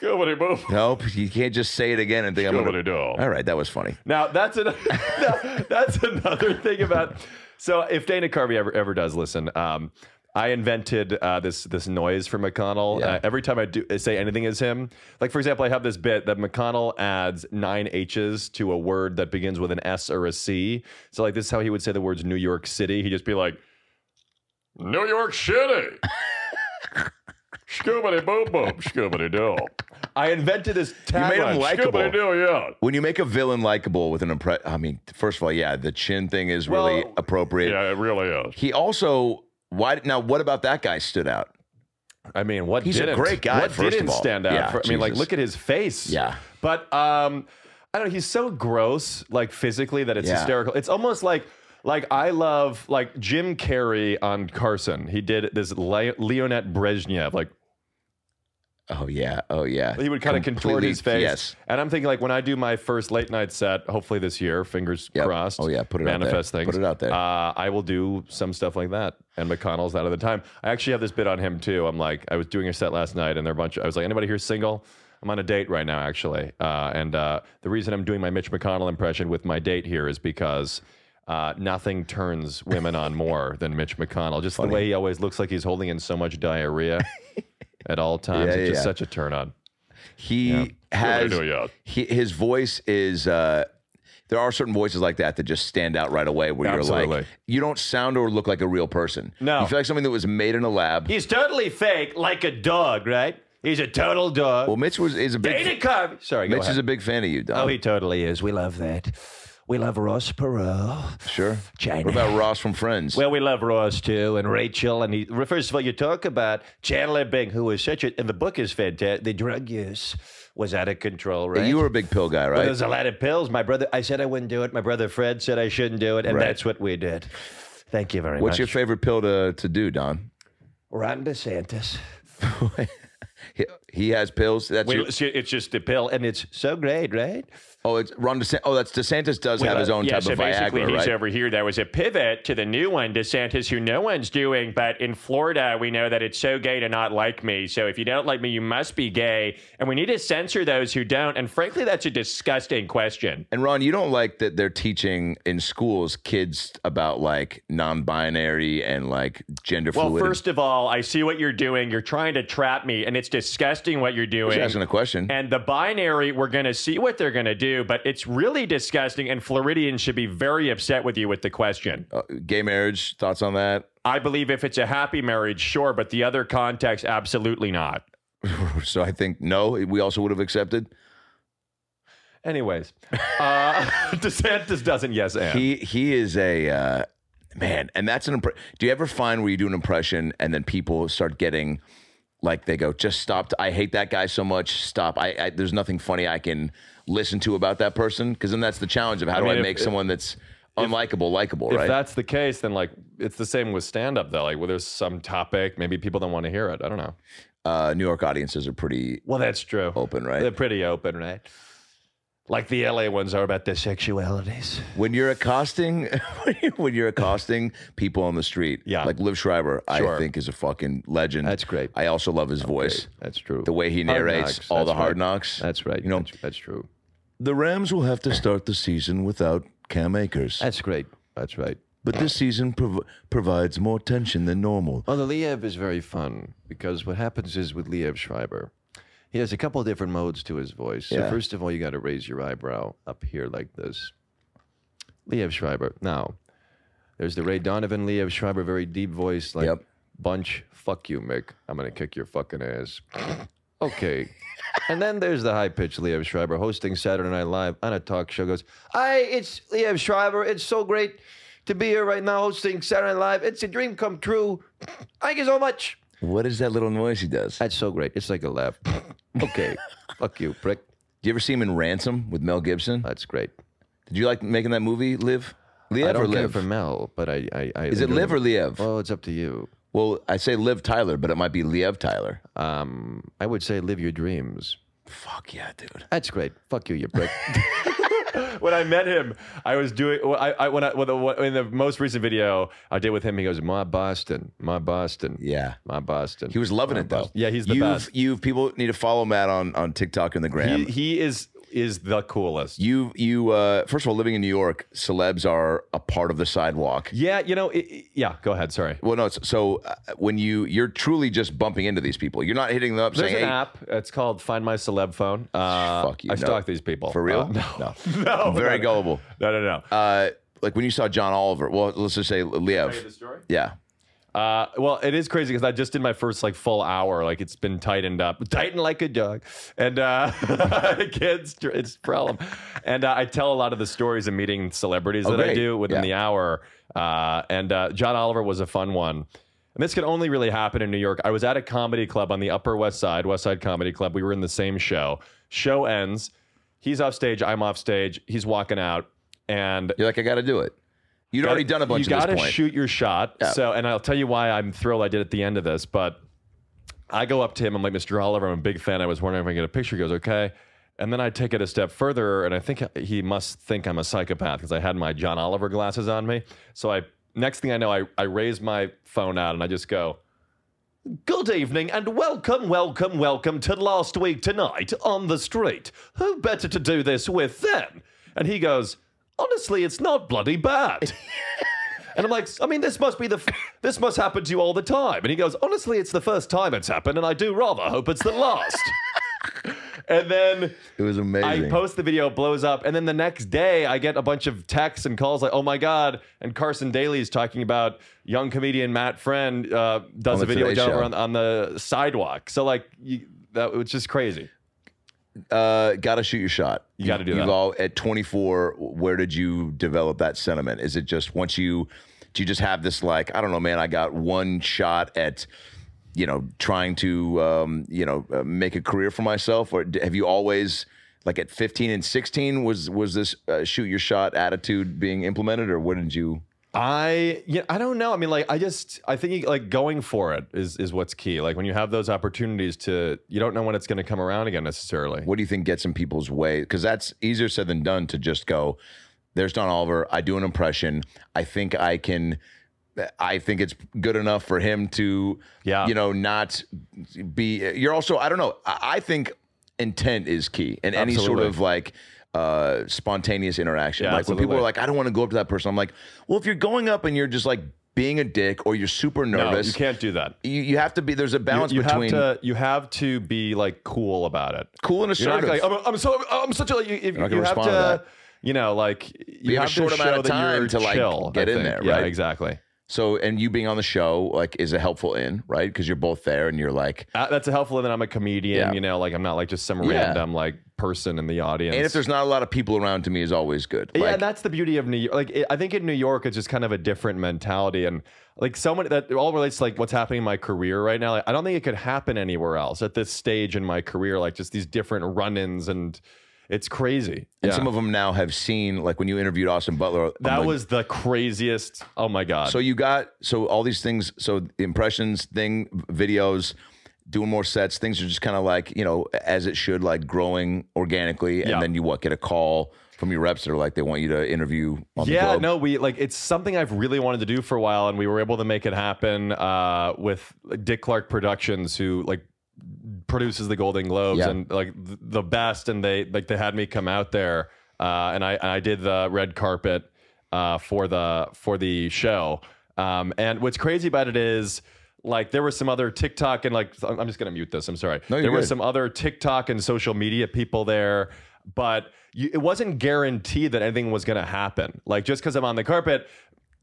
E: Scooby Doo,
A: Nope, you can't just say it again and think I'm gonna.
E: Scooby Doo.
A: All right, that was funny.
C: Now that's an, <laughs> that's another thing about. So if Dana Carvey ever ever does listen, um, I invented uh, this this noise for McConnell.
A: Yeah.
C: Uh, every time I do say anything as him, like for example, I have this bit that McConnell adds nine H's to a word that begins with an S or a C. So like this is how he would say the words New York City. He'd just be like,
E: New York
C: <laughs>
E: City. Scooby Boop Boop, Scooby Doo.
C: I invented this
A: You
C: tagline.
A: made him likable.
E: Scooby Doo, yeah.
A: When you make a villain likable with an impress, I mean, first of all, yeah, the chin thing is really
C: Well-
A: appropriate.
E: Yeah, it really is.
A: He also why now? What about that guy stood out?
C: I mean, what
A: He's a
C: didn't,
A: great guy,
C: What
A: first of
C: didn't
A: all.
C: stand out?
A: Yeah,
C: for, I mean, like
A: Jesus.
C: look at his face.
A: Yeah.
C: But um, I don't know. He's so gross, like physically, that it's
A: Yeah.
C: hysterical. It's almost like. Like I love like Jim Carrey on Carson. He did this Le- Leonette Brezhnev. Like
A: Oh yeah. Oh yeah.
C: He would kind of contort
A: Completely-
C: his face.
A: Yes.
C: And I'm thinking like when I do my first late night set, hopefully this year, fingers
A: Yep.
C: crossed.
A: Oh, yeah, put it out there.
C: manifest things.
A: Put it out there.
C: Uh, I will do some stuff like that. And McConnell's out of the time. I actually have this bit on him too. I'm like, I was doing a set last night, and there are a bunch. I was like, anybody here single? I'm on a date right now, actually. Uh, and uh, the reason I'm doing my Mitch McConnell impression with my date here is because. Uh, nothing turns women on more than Mitch McConnell. Just the way he always looks like he's holding in so
A: <laughs>
C: much diarrhea at all times.
A: Yeah,
C: it's just
A: yeah.
C: such a turn on.
A: He has
E: do, yeah.
A: he, his voice is. Uh, there are certain voices like that that just stand out right away, where you're
C: Absolutely.
A: like, you don't sound or look like a real person.
C: No.
A: you feel like something that was made in a lab.
D: He's totally fake, like a dog, right? He's a total dog.
A: well, Mitch was is a big.
D: Dana Carvey. Sorry, go
A: Mitch
D: ahead.
A: is a big fan of you, Don.
D: oh, he totally is. We love that. We love Ross Perot.
A: sure.
D: China.
A: What about Ross from Friends?
D: Well, we love Ross too, and Rachel, and he. First of all, you talk about Chandler Bing, who is such a, and the book is fantastic. The drug use was out of control, right?
A: you were a big pill guy,
D: Well,
A: right?
D: There's a lot of pills. My brother, I said I wouldn't do it. My brother Fred said I shouldn't do it, and
A: Right.
D: that's what we did. Thank you very
A: What's
D: much.
A: your favorite pill to to do, Don?
D: Ron DeSantis.
A: He, he has pills. That's
D: We,
A: your,
D: it's it's just a pill, and it's so great, right?
A: oh, it's Ron DeSantis. Oh, that's DeSantis does
D: We
A: have
D: love-
A: his own
D: yeah,
A: type
D: so
A: of
D: basically
A: Viagra,
D: he's
A: right?
D: over here. There was a pivot to the new one, DeSantis, who no one's doing. But in Florida, we know that it's so gay to not like me. So if you don't like me, you must be gay. And we need to censor those who don't. And frankly, that's a disgusting question.
A: And Ron, you don't like that they're teaching in schools kids about like non-binary and like gender
D: Well,
A: fluid.
D: first of all, I see what you're doing. You're trying to trap me, and it's disgusting what you're
A: I'm
D: doing.
A: just asking a question.
D: And the binary, we're going to see what they're going to do, but it's really disgusting. And Floridians should be very upset with you with the question.
A: Uh, gay marriage thoughts on that?
D: I believe if it's a happy marriage, sure, but the other context, absolutely not.
A: So I think no. We also would have accepted.
D: <laughs>
C: Anyways, uh, <laughs> DeSantis doesn't yes and.
A: He he is a uh, man, and that's an. Impre- do you ever find where you do an impression and then people start getting like they go, just stop. I hate that guy so much. Stop. I, I there's nothing funny I can listen to about that person because then that's the challenge of how do I
C: mean, if-
A: make someone that's unlikable likable,
C: if
A: right?
C: that's the case, then like it's the same with stand up though. Like where there's some topic, maybe people don't want to hear it. I don't know.
A: uh, New York audiences are pretty
D: Well, that's true.
A: open, right?
D: They're pretty open, right? Like the LA ones are about their sexualities.
A: When you're accosting, <laughs> when you're accosting people on the street,
C: Yeah.
A: like Liv Schreiber, I
C: Sure.
A: think is a fucking legend.
D: That's great.
A: I also love his voice,
C: That's true.
A: the way he
C: Hard
A: narrates
C: knocks,
A: all the
C: that's
A: hard
C: right.
A: knocks.
C: That's right.
A: You know,
C: that's, that's true.
A: the Rams will have to start the season without Cam Akers,
D: That's great. That's right.
A: but this season prov- provides more tension than normal.
D: Well, the Liev is very fun because what happens is with Liev Schreiber, he has a couple of different modes to his voice. So,
A: Yeah.
D: first of all, you got to raise your eyebrow up here like this. Liev Schreiber. Now, there's the Ray Donovan Liev Schreiber, very deep voice, like,
A: Yep.
D: bunch, fuck you, Mick. I'm going to kick your fucking ass. <laughs> okay. And then there's the high pitched Liev Schreiber hosting Saturday Night Live on a talk show. Goes, I, it's Liev Schreiber. It's so great to be here right now hosting Saturday Night Live. It's a dream come true. Thank you so much.
A: What is that little noise he does? Do
D: That's so great. It's like a
C: <laughs>
D: laugh. okay. Fuck you, prick.
A: you ever see him in Ransom with Mel Gibson?
D: That's great.
A: Did you like making that movie, Liv? Liev
D: I don't
A: or
D: care
A: Liv?
D: for Mel, but I. I, I
A: is it Liv or Liev?
D: Oh, it's up to you.
A: Well, I say Liv Tyler, but it might be Liev Tyler.
C: Uh,
D: Um, I would say live your dreams.
A: Fuck yeah, dude.
D: That's great. Fuck you, you prick.
C: <laughs> when I met him, I was doing. well, I, I when I when the, when- in the most recent video I did with him, he goes, "My Boston, my Boston,
A: Yeah.
C: my Boston."
A: He was loving it though.
C: Yeah, he's the
A: you've,
C: best.
A: You've people need to follow Matt on on TikTok and the
C: He,
A: gram.
C: he is is the coolest.
A: you you uh first of all, living in New York, celebs are a part of the sidewalk.
C: Yeah, you know. It, it- yeah, go ahead. Sorry.
A: Well, no, it's, so uh, when you you're truly just bumping into these people, you're not hitting them up
C: There's
A: saying,
C: an
A: "Hey,
C: app. It's called Find My Celeb Phone. Uh,
A: Fuck you,
C: I
A: no.
C: stalk these people
A: for real?"
C: Uh, <laughs> no,
A: no,
C: no,
A: very
C: no,
A: gullible.
C: No, no, no.
A: Uh, like when you saw John Oliver. Well, let's just say Liev. Yeah,
C: Uh, well, it is crazy because I just did my first like full hour. Like it's been tightened up, tightened like a dog, and uh, <laughs> kids, it's a problem. And uh, I tell a lot of the stories of meeting celebrities
A: Oh,
C: that I
A: great.
C: do within
A: Yeah.
C: the hour. Uh, and uh, John Oliver was a fun one. And this can only really happen in New York. I was at a comedy club on the Upper West Side, West Side Comedy Club. We were in the same show. Show ends. He's off stage. I'm off stage. He's walking out, and
A: you're like, "I got to do it." You'd already done a bunch
C: you
A: at
C: gotta
A: this point.
C: shoot your shot.
A: Yeah.
C: So, and I'll tell you why I'm thrilled I did at the end of this, but I go up to him. I'm like, Mr. Oliver, I'm a big fan. I was wondering if I could get a picture. He goes, okay. And then I take it a step further, and I think he must think I'm a psychopath because I had my John Oliver glasses on me. So I, next thing I know, I, I raise my phone out and I just go, Good evening and welcome, welcome, welcome to last week tonight on the street. Who better to do this with than? And he goes, Honestly, it's not bloody bad. And I'm like, I mean, this must be the, f- this must happen to you all the time. And he goes, honestly, it's the first time it's happened, and I do rather hope it's the last.
A: <laughs>
C: and then
A: It was amazing.
C: I post the video, it blows up, and then the next day I get a bunch of texts and calls like, "Oh my god!" And Carson Daly's talking about young comedian Matt Friend uh,
A: On
C: does
A: the
C: a video
A: Today
C: with John
A: Show.
C: Oliver on, on the sidewalk. So like, you, that it's just crazy.
A: uh, gotta shoot your shot.
C: You gotta do
A: You've
C: that.
A: all at 24. Where did you develop that sentiment? Is it just once you do you just have this like I don't know, man? I got one shot at you know trying to um, you know uh, make a career for myself, or d- have you always like at 15 and 16 was was this uh, shoot your shot attitude being implemented, or what did you?
C: I yeah, I don't know. I mean, like, I just I think like going for it is is what's key. Like when you have those opportunities to, you don't know when it's going to come around again necessarily.
A: What do you think gets in people's way? Because that's easier said than done to just go, there's Don Oliver. I do an impression. I think I can, I think it's good enough for him to,
C: Yeah.
A: you know, not be. You're also, I don't know. I, I think intent is key in any sort
C: Absolutely.
A: of like, uh, spontaneous interaction.
C: Yeah,
A: like when people
C: absolutely.
A: are like, I don't want to go up to that person. I'm like, well, if you're going up and you're just like being a dick or you're super
C: no,
A: nervous,
C: you can't do that. You-
A: You, you have to be. There's a balance
C: You,
A: between
C: have to you have to be like cool about it.
A: cool and
C: You're not
A: assertive.
C: like I'm, I'm so I'm such a you, if,
A: not gonna
C: you have
A: respond to
C: to
A: that.
C: you know like
A: have
C: you
A: a
C: have
A: short
C: to
A: amount
C: show
A: of
C: that
A: time
C: you're
A: to, like,
C: chill, I
A: get in
C: think.
A: there,
C: Yeah,
A: right?
C: exactly.
A: So, and you being on the show like is a helpful in, right? Because you're both there and you're like,
C: Uh, that's a helpful. That I'm a comedian.
A: Yeah.
C: You know, like I'm not like just some
A: Yeah.
C: random like person in the audience.
A: and if there's not a lot of people around to me is always good.
C: yeah,
A: Like,
C: and that's the beauty of New York. Like, it, I think in New York, it's just kind of a different mentality, and like so many that it all relates to like what's happening in my career right now. Like, I don't think it could happen anywhere else at this stage in my career. Like, just these different run-ins, and it's crazy.
A: and some of them now have seen like when you interviewed Austin Butler. I'm
C: that
A: like,
C: was the craziest. Oh my god!
A: so you got so all these things. So the impressions, thing, videos, doing more sets. Things are just kind of like you know as it should, like growing organically. And
C: Yeah.
A: then you what get a call from your reps that are like they want you to interview. On the
C: yeah
A: Globe.
C: no we like it's something i've really wanted to do for a while and we were able to make it happen uh, with dick clark productions who like produces the golden globes
A: Yeah.
C: and like th- the best and they like they had me come out there uh, and i and i did the red carpet uh, for the for the show um, and what's crazy about it is like there were some other tiktok and like i'm I'm just gonna mute this i'm sorry
A: No, you're
C: there were
A: good.
C: some other tiktok and social media people there but you, it wasn't guaranteed that anything was going to happen. Like just because I'm on the carpet,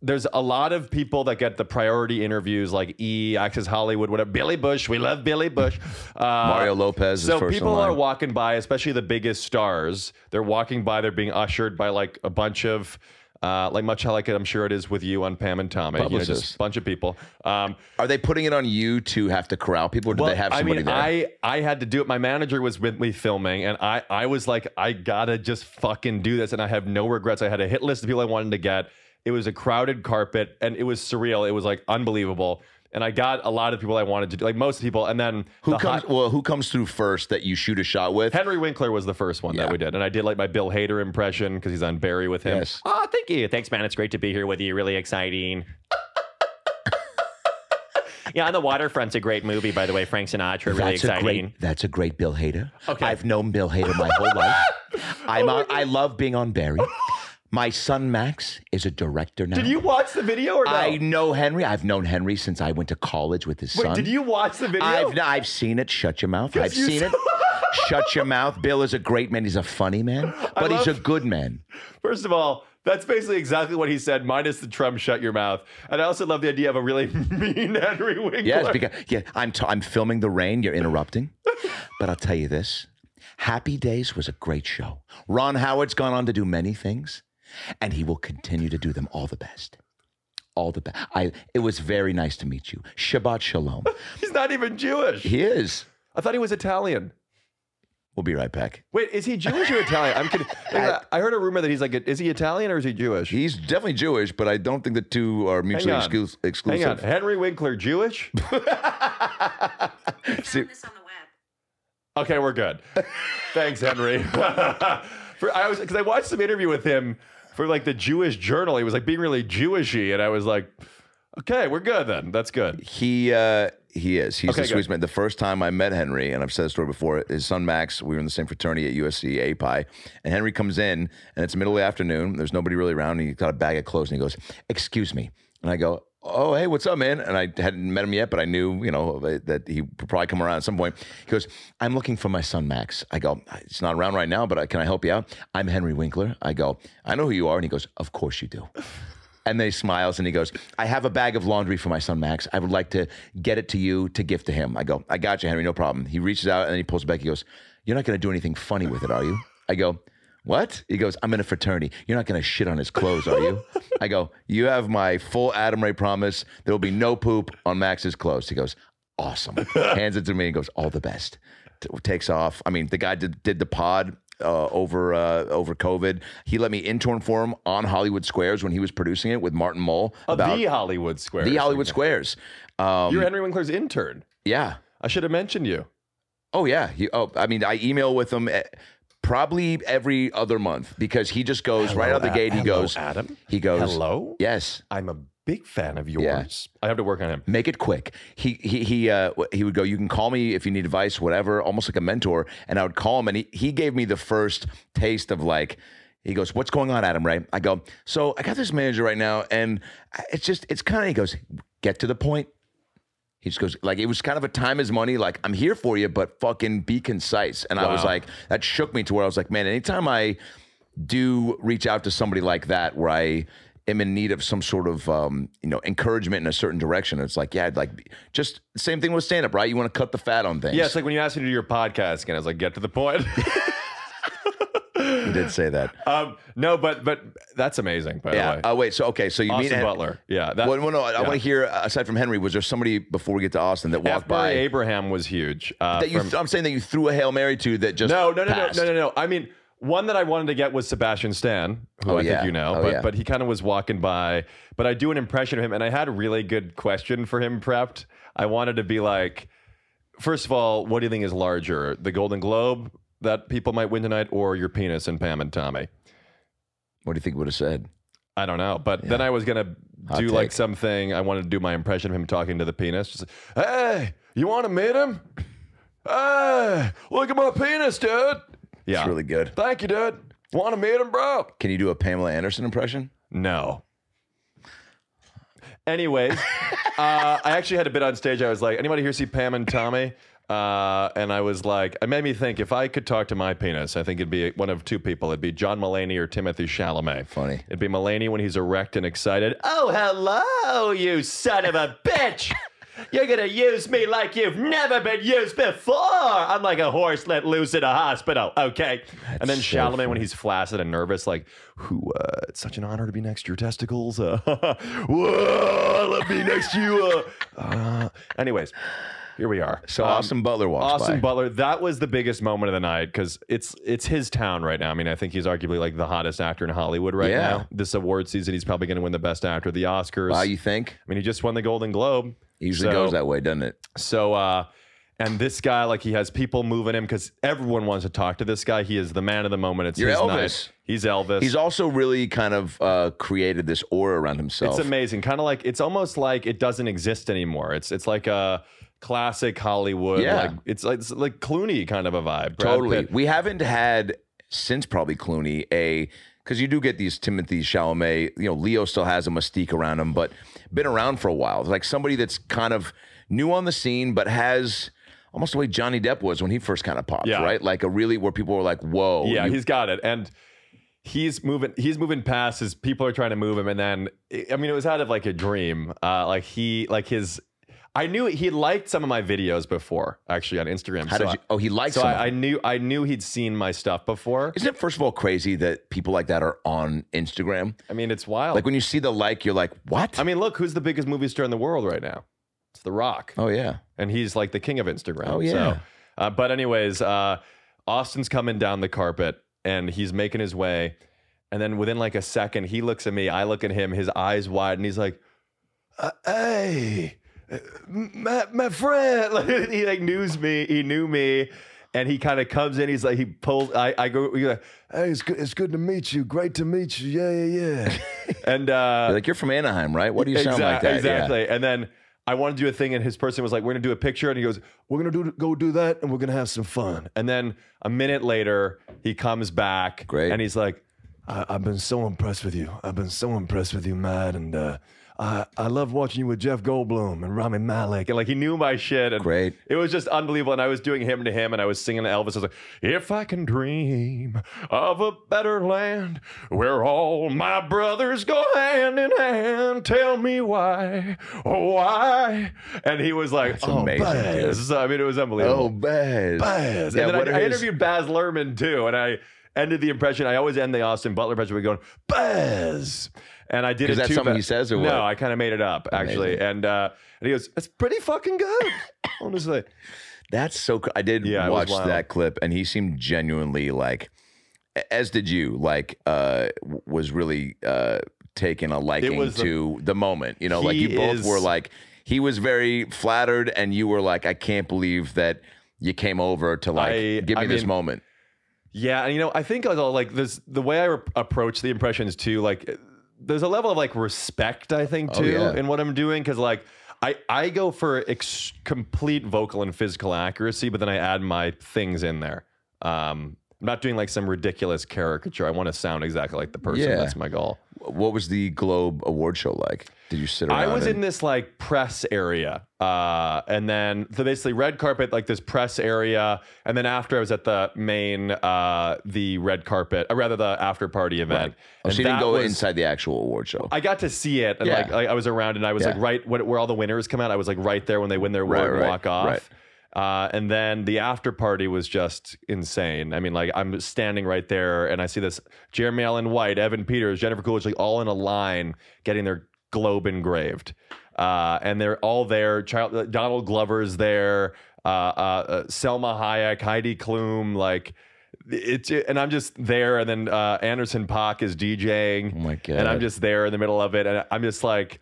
C: there's a lot of people that get the priority interviews, like E, Access Hollywood, whatever. Billy Bush, we love Billy
A: <laughs>
C: Bush. Uh,
A: Mario Lopez is
C: So
A: first in
C: people
A: line.
C: are walking by, especially the biggest stars. They're walking by. They're being ushered by like a bunch of. Uh, like much how like I'm sure it is with you on Pam and Tommy, you know,
A: Publicists.
C: just a bunch of people. Um,
A: Are they putting it on you to have to corral people, or do
C: well,
A: they have somebody
C: I mean,
A: there?
C: I I had to do it. My manager was with me filming, and I I was like, I gotta just fucking do this, and I have no regrets. I had a hit list of people I wanted to get. It was a crowded carpet, and it was surreal. It was like unbelievable, and I got a lot of people I wanted to do, like most people, and then
A: Who
C: the
A: comes?
C: hot-
A: well, who comes through first that you shoot a shot with?
C: Henry Winkler was the first one
A: Yeah.
C: that we did, and I did like my Bill Hader impression because he's on Barry with him.
A: Yes.
C: Oh, thank you, thanks, man. It's great to be here with you. Really exciting. <laughs> yeah, on the waterfront's a great movie, by the way. Frank Sinatra, really exciting.
A: That's a great Bill Hader.
C: Okay. Oh
A: I've known Bill Hader my
C: <laughs>
A: whole life. I'm on, I love being on Barry. My son Max is a director now.
C: Did you watch the video or no?
A: I know Henry. I've known Henry since I went to college with his
C: Wait,
A: son.
C: did you watch the video?
A: I've no, I've seen it. Shut your mouth. I've
C: you
A: seen it. Shut your mouth. Bill is a great man. He's a funny
C: <laughs>
A: man, but he's
C: love-
A: a good man.
C: First of all, that's basically exactly what he said, minus the Trump shut your mouth. And I also love the idea of a really <laughs> mean Henry Winkler.
A: Yes, because yeah, I'm t- I'm filming the rain. You're interrupting, but I'll tell you this: Happy Days was a great show. Ron Howard's gone on to do many things, and he will continue to do them all the best. All the best. I. It was very nice to meet you.
C: <laughs>
A: Shabbat shalom.
C: he's not even Jewish.
A: He is.
C: I thought he was Italian.
A: We'll be right back.
C: Wait, is he Jewish or
A: <laughs>
C: Italian? I'm kidding. I, I heard a rumor that he's like, is he Italian or is he Jewish?
A: He's definitely Jewish, but I don't think the two are mutually
C: on.
A: exclu-
C: Hang on,
A: exclusive.
C: Henry
A: <laughs>
C: Winkler Jewish?
A: See,
C: Okay,
A: <laughs>
C: we're good. Thanks, Henry. <laughs> for, I was because I watched some interview with him for like the Jewish Journal. He was like being really Jewishy, and I was like, okay, we're good then. That's good.
A: He uh, he is. He's the
C: Okay, good.
A: sweetest man. The first time I met Henry, and I've said this story before, his son Max, we were in the same fraternity at USC API, and Henry comes in, and it's middle of the afternoon. There's nobody really around, and he's got a bag of clothes, and he goes, "Excuse me," and I go. Oh hey, what's up, man? And I hadn't met him yet, but I knew, you know, uh, that he would probably come around at some point. He goes, "I'm looking for my son Max." I go, "It's not around right now, but I, can I help you out?" I'm Henry Winkler. I go, "I know who you are," and he goes, "Of course you do." And then he smiles and he goes, I have a bag of laundry for my son Max. I would like to get it to you to gift to him. I go, I got you, Henry, no problem. He reaches out and then he pulls it back. He goes, You're not going to do anything funny with it, are you? I go, What? He goes, I'm in a fraternity. You're not going to shit on his clothes, are you? <laughs> I go, You have my full Adam Ray promise. There will be no poop on Max's clothes. He goes,
C: <laughs>
A: Awesome. Hands it to me and goes, All the best t- takes off. I mean, the guy did, did the pod uh, over uh, over COVID. He let me intern for him on Hollywood Squares when he was producing it with Martin Mull
C: Oh,
A: about
C: the Hollywood Square.
A: the Hollywood Squares. Um,
C: You're Henry Winkler's intern.
A: yeah.
C: I should have mentioned you.
A: Oh yeah. He, oh, I mean, I email with him. eh, Probably every other month because he just goes right out the
C: Hello,
A: gate. He
C: hello,
A: goes,
C: Adam.
A: he goes,
C: Hello.
A: yes,
C: I'm a big fan of yours. I have to work on him.
A: make it quick. He he he uh, w- he would go. You can call me if you need advice, whatever. Almost like a mentor, and I would call him, and he he gave me the first taste of like. He goes, "What's going on, Adam?" Right? I go, "So I got this manager right now, and I- it's just it's kind of." He goes, "Get to the point." He just goes like it was kind of a time is money. Like I'm here for you, but fucking be concise. And I was like, that shook me to where I was like, man, anytime I do reach out to somebody like that where I am in need of some sort of um, you know encouragement in a certain direction. It's like, yeah, like just same thing with stand up, right? You want to cut the fat on things. <laughs>
C: Yeah, it's like when you asked me to do your podcast again. I was like, get to the point.
A: you did say
C: <laughs>
A: that.
C: um, no, but but that's amazing. By
A: yeah.
C: the way,
A: Oh wait. So okay. So you mean
C: Austin
A: meet Hen-
C: Butler. Yeah. That,
A: Well, well, no. I, I
C: yeah.
A: want to hear uh, aside from Henry. Was there somebody before we get to Austin that walked
C: F.
A: by
C: Murray Abraham was huge. Uh,
A: that you?
C: from-
A: I'm saying that you threw a hail mary to that just
C: no, no, no, no,
A: passed.
C: no, no, no. I mean, one that I wanted to get was Sebastian Stan, who
A: Oh,
C: I
A: yeah.
C: think you know,
A: Oh,
C: but
A: yeah.
C: but he kind of was walking by. But I do an impression of him, and I had a really good question for him prepped. I wanted to be like, first of all, what do you think is larger, the Golden Globe that people might win tonight, or your penis and Pam and Tommy?
A: What do you think would have said?
C: I don't know. But then I was gonna
A: Hot
C: do like
A: take.
C: something. I wanted to do my impression of him talking to the penis. Just, hey, you want to meet him? Hey, look at my penis, dude. Yeah,
A: It's really good.
C: Thank you, dude. Want to meet him, bro?
A: Can you do a Pamela Anderson impression?
C: No. Anyways, <laughs> uh, I actually had a bit on stage. I was like, anybody here see Pam and Tommy? Uh, and I was like, it made me think if I could talk to my penis, I think it'd be one of two people. It'd be John Mulaney or Timothy Chalamet.
A: Funny.
C: It'd be Mulaney when he's erect and excited. Oh, hello, you son of a bitch. You're going to use me like you've never been used before. I'm like a horse let loose in a hospital, okay? and then Chalamet when he's flaccid and nervous, like, who, uh, it's such an honor to be next to your testicles. Uh, <laughs> whoa, let me next to you. Uh, uh. Anyways, here we are.
A: So
C: Um,
A: Austin Butler walks
C: Austin
A: by.
C: Butler, that was the biggest moment of the night because it's it's his town right now. I mean, I think he's arguably like the hottest actor in Hollywood right
A: Yeah.
C: now. This award season, he's probably going to win the Best Actor, the Oscars.
A: Wow, you think?
C: I mean, he just won the Golden Globe.
A: Usually
C: So-
A: goes that way, doesn't it?
C: So, uh, and this guy, like, he has people moving him because everyone wants to talk to this guy. He is the man of the moment. It's
A: You're
C: his
A: Elvis.
C: night. He's Elvis.
A: He's also really kind of uh, created this aura around himself.
C: It's amazing. Kind of like it's almost like it doesn't exist anymore. It's it's like a classic Hollywood.
A: Yeah.
C: Like, it's like it's like Clooney kind of a vibe. Brad
A: Totally.
C: Pitt.
A: We haven't had since probably Clooney a because you do get these Timothy Chalamet. You know, Leo still has a mystique around him, but been around for a while. Like somebody that's kind of new on the scene, but has. Almost the way Johnny Depp was when he first kind of popped,
C: Yeah.
A: right? Like a really where people were like, "Whoa!"
C: yeah,
A: you-
C: he's got it, and he's moving. He's moving past his people are trying to move him, and then I mean, it was out of like a dream. Uh, like he, like his. I knew he liked some of my videos before, actually on Instagram.
A: how
C: so
A: did you? Oh, he
C: I,
A: likes
C: so
A: him.
C: I, I knew I knew he'd seen my stuff before.
A: Isn't it first of all crazy that people like that are on Instagram?
C: I mean, it's wild.
A: Like when you see the like, you're like, "What?"
C: I mean, look who's the biggest movie star in the world right now? It's The Rock.
A: oh yeah.
C: and he's like the king of Instagram.
A: Oh, yeah.
C: So, uh, but anyways, uh, Austin's coming down the carpet and he's making his way. And then within like a second, he looks at me. I look at him, his eyes wide, and he's like, uh, "Hey, uh, my my friend!" <laughs> Like, he like knows me. He knew me, and he kind of comes in. He's like, he pulls. I I go. He's like, "Hey, it's good. It's good to meet you. Great to meet you. Yeah, yeah, yeah." and uh,
A: You're like you're from Anaheim, right? What do you sound like
C: Exact-
A: that?
C: Exactly. And then I wanted to do a thing, and his person was like, "We're gonna do a picture," and he goes, "We're gonna do go do that, and we're gonna have some fun." And then a minute later, he comes back,
A: Great.
C: and he's like,
D: I, I've been so impressed with you. I've been so impressed with you, Matt, and uh, I I love watching you with Jeff Goldblum and Rami Malek.
C: and like he knew my shit, and
A: Great.
C: It was just unbelievable, and I was doing him to him, and I was singing Elvis. I was like, "If I can dream of a better land where all my brothers go hand in hand, tell me why, oh why?" And he was like, "Oh,
A: amazing,
C: Baz." So, I mean, it was
A: Yeah.
C: unbelievable.
A: Oh, Bez.
C: Baz.
A: Yeah,
C: and
A: what
C: then I, I
A: is-
C: interviewed Baz Luhrmann too, and I ended the impression. I always end the Austin Butler impression by going Baz, and I did
A: Is
C: it.
A: that
C: too,
A: something
C: but-
A: he says or
C: no?
A: what?
C: I kind of made it up actually, and uh, and he goes, "It's pretty
A: <coughs>
C: fucking good." Honestly,
A: That's so. cr- I did
C: Yeah, it was
A: watch
C: wild.
A: that clip, and he seemed genuinely like, a- as did you, like, uh, w- was really uh, taking a liking
C: was the-
A: to the, moment. You know, like
C: He
A: you both
C: is-
A: were like, he was very flattered, and you were like, I can't believe that you came over to like
C: I-
A: give me
C: I
A: this
C: mean,
A: moment.
C: yeah, and you know, I think as all like this, the way I re- approach the impressions too, like eh, there's a level of like respect I think
A: Oh,
C: too
A: yeah.
C: in what I'm doing because like. I, I go for ex- complete vocal and physical accuracy, but then I add my things in there. Um, I'm not doing like some ridiculous caricature. I want to sound exactly like the person.
A: Yeah.
C: That's my goal.
A: What was the Globe Award show like? Did you sit around?
C: I was
A: and-
C: in this like press area, uh, and then so basically red carpet, like this press area, and then after I was at the main, uh, the red carpet, or rather the after party event.
A: Oh,
C: And
A: so you didn't
C: that
A: go
C: was-
A: inside the actual award show.
C: I got to see it, and
A: Yeah.
C: like, like, I was around, and I was
A: Yeah.
C: like right when, where all the winners come out. I was like right there when they win their award
A: Right,
C: and
A: right,
C: walk off.
A: right.
C: Uh, and then the after party was just insane. I mean, like I'm standing right there, and I see this Jeremy Allen White, Evan Peters, Jennifer Coolidge, like all in a line getting their globe engraved, uh, and they're all there. Child uh, Donald Glover's there, uh, uh, uh, Selma Hayek, Heidi Klum, like. It's and I'm just there, and then uh, Anderson Pock is DJing.
A: Oh my
C: And I'm
A: God.
C: just just there in the middle of it and i'm just like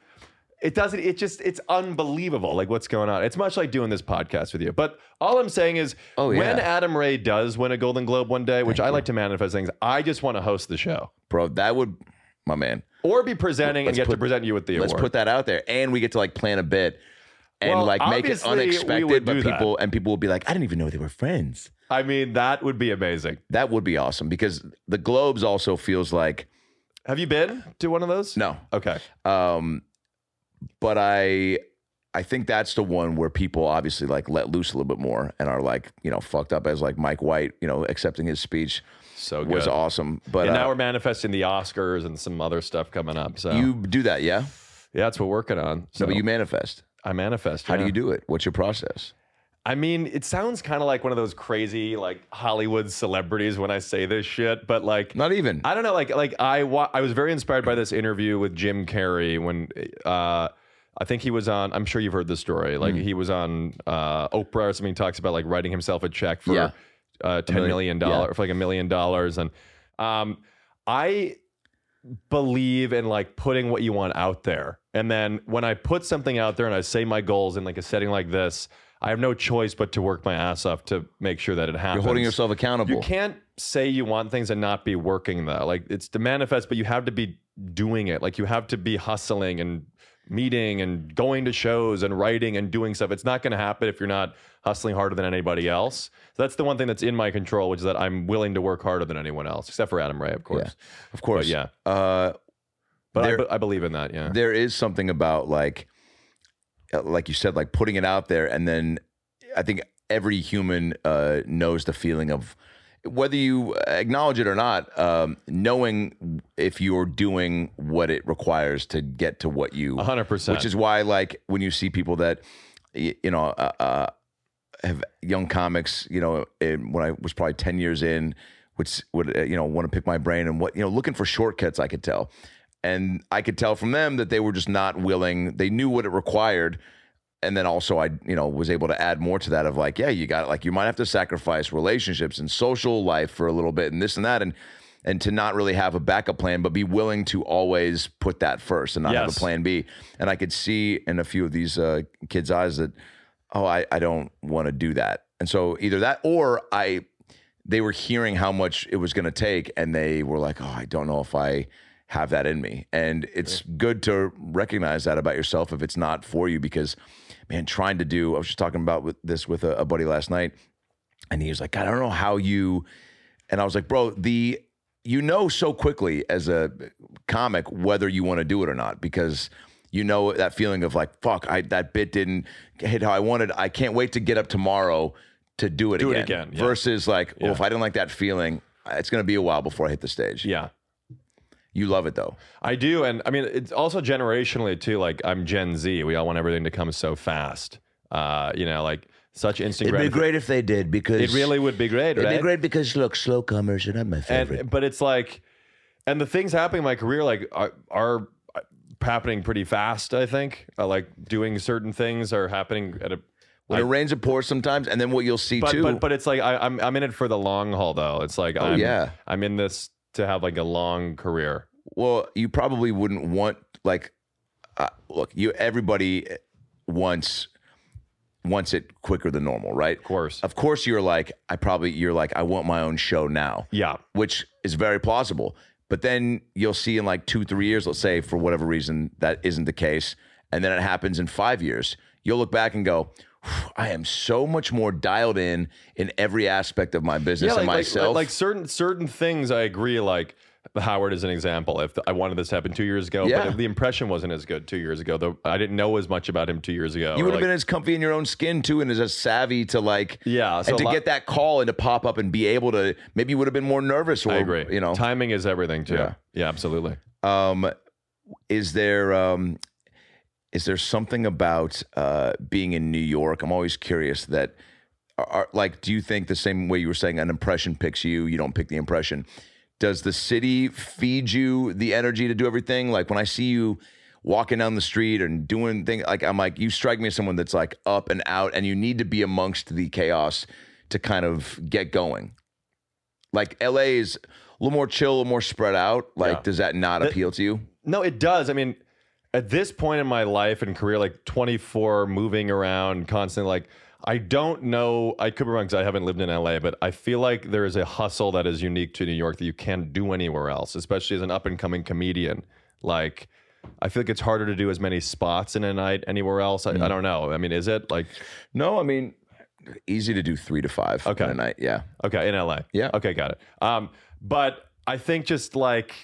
C: it doesn't it just it's unbelievable like what's going on it's much like doing this podcast with you but all i'm saying is
A: Oh,
C: when
A: yeah.
C: adam ray does win a golden globe one day which i like to manifest things i just want to host the show
A: Bro, that would, my man.
C: or be presenting
A: Let's
C: and get to
A: put-
C: present you with the
A: Let's
C: award
A: put that out there, and we get to like plan a bit and
C: Well,
A: like make it
C: obviously, we
A: unexpected.
C: would
A: But
C: do that.
A: people and people will be like, I didn't even know they were friends.
C: i mean that would be amazing
A: That would be awesome because the Globes also feels like
C: have you been to one of those
A: no,
C: okay
A: um, but I. I think that's the one where people obviously like let loose a little bit more and are like, you know, fucked up as like Mike White, you know, accepting his speech
C: so good
A: was awesome. But
C: Oh, and now
A: uh,
C: we're manifesting the oscars and some other stuff coming up so
A: you do that, yeah?
C: yeah that's what we're working on so
A: No, but you manifest.
C: i manifest
A: How do
C: yeah.
A: you do it? What's your process?
C: I mean, it sounds kind of like one of those crazy like Hollywood celebrities when I say this shit, but like
A: Not even.
C: I don't know, like like I wa- I was very inspired by this interview with Jim Carrey when uh I think he was on. I'm sure you've heard the story.
A: Mm.
C: Like he was on uh, Oprah or something. He talks about like writing himself a check for
A: Yeah.
C: uh, ten million dollars for like a million dollars, and um, I believe in like putting what you want out there. And then when I put something out there and I say my goals in like a setting like this, I have no choice but to work my ass off to make sure that it happens.
A: You're holding yourself accountable.
C: You can't say you want things and not be working though. Like it's to manifest, but you have to be doing it. Like you have to be hustling and meeting and going to shows and writing and doing stuff. It's not going to happen if you're not hustling harder than anybody else. So that's the one thing that's in my control, which is that I'm willing to work harder than anyone else, except for Adam Ray, of course.
A: Of course.
C: But yeah.
A: Uh,
C: But I
A: There-
C: be- I, believe in that. Yeah.
A: there is something about like uh, like you said like putting it out there and then i think every human uh knows the feeling of whether you acknowledge it or not um knowing if you're doing what it requires to get to what you
C: A hundred percent.
A: which is why like when you see people that y- you know uh, uh have young comics you know in, when i was probably 10 years in would s- would uh, you know want to pick my brain and what you know looking for shortcuts i could tell and i could tell from them that they were just not willing they knew what it required and then also I, you know, was able to add more to that of like, yeah, you got like you might have to sacrifice relationships and social life for a little bit and this and that and and to not really have a backup plan, but be willing to always put that first and not have a
C: Yes.
A: plan B. And I could see in a few of these uh, kids' eyes that, oh, I, I don't want to do that. And so either that or I they were hearing how much it was going to take and they were like oh i don't know if i have that in me and it's good to recognize that about yourself if it's not for you because man trying to do i was just talking about with this with a, a buddy last night and he was like God, i don't know how you and i was like bro the you know so quickly as a comic whether you want to do it or not because you know that feeling of like fuck I, that bit didn't hit how i wanted i can't wait to get up tomorrow to do it
C: Do it
A: again,
C: again, yeah.
A: versus like oh
C: Yeah.
A: if i didn't like that feeling it's going to be a while before i hit the stage
C: Yeah.
A: you love it though
C: I do, and I mean it's also generationally too. Like I'm Gen Z. We all want everything to come so fast. Uh, you know, like such instant gratification.
A: if they did because
C: It really would be great, right?
A: because look slow comers are not my
C: and but it's like, and the things happening in my career like are, are uh, happening pretty fast. I think uh, like doing certain things are happening at a.
A: when
C: I-
A: it rains it pours sometimes and then what you'll see
C: but,
A: too Oh,
C: but but it's like I, I'm I'm in it for the long haul though. It's like I'm,
A: yeah.
C: I'm in this to have like a long career.
A: well you probably wouldn't want like uh, look you everybody wants wants it quicker than normal right
C: Of course.
A: of course you're like i probably you're like i want my own show now
C: Yeah.
A: which is very plausible. But then you'll see in like two, three years, let's say, for whatever reason, that isn't the case. And then it happens in five years. You'll look back and go, "Whew, I am so much more dialed in in every aspect of my business
C: like,
A: and
C: like-
A: myself.
C: Like, certain certain things, I agree. Like Howard is an example. If I wanted this to happen two years ago,
A: Yeah.
C: but the impression wasn't as good two years ago. Though I didn't know as much about him two years ago.
A: you
C: or
A: would have
C: like-
A: been as comfy in your own skin too, and as a savvy to like,
C: Yeah, so
A: and
C: a
A: to
C: lot-
A: get that call and to pop up and be able to maybe you would have been more nervous or
C: I agree.
A: you know,
C: timing is everything too.
A: Yeah.
C: Yeah, absolutely.
A: um, is there um, is there something about uh, being in New York? I'm always curious that are, are- like do you think the same way you were saying an impression picks you, you don't pick the impression. Does the city feed you the energy to do everything? Like when I see you walking down the street and doing things like I'm like you strike me as someone that's like up and out and you need to be amongst the chaos to kind of get going. Like LA is a little more chill, a little more spread out. Like
C: Yeah.
A: does that not
C: The-
A: appeal to you?
C: No, it does. I mean, at this point in my life and career, like 24, moving around constantly, like I don't know. I could be wrong because I haven't lived in LA, but I feel like there is a hustle that is unique to New York that you can't do anywhere else, especially as an up and coming comedian. Like, I feel like it's harder to do as many spots in a night anywhere else. I,
A: Mm.
C: I don't know. I mean, is it like
A: No, I mean, easy to do three to five
C: Okay.
A: in a night. Yeah.
C: Okay, in LA.
A: Yeah.
C: Okay, got it. Um, but I think just like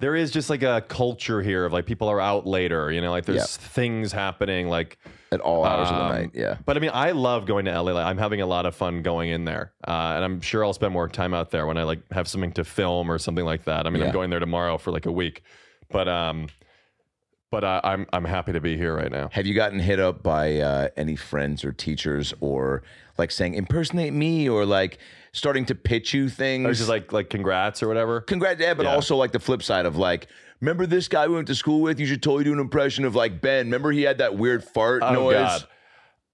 C: there is just like a culture here of like people are out later, you know, like there's things happening like
A: At all hours of
C: um,
A: the night. Yeah.
C: But I mean, I love going to LA. Like, I'm having a lot of fun going in there. Uh, and I'm sure I'll spend more time out there when I like have something to film or something like that. I mean,
A: Yeah.
C: I'm going there tomorrow for like a week. But um but uh, I'm I'm happy to be here right now.
A: Have you gotten hit up by uh, any friends or teachers or like saying impersonate me or like starting to pitch you things?
C: Or just like like congrats or whatever.
A: congrats, yeah, but
C: Yeah.
A: also like the flip side of like, remember this guy we went to school with? You should totally do an impression of like Ben. Remember he had that weird fart noise?
C: Oh,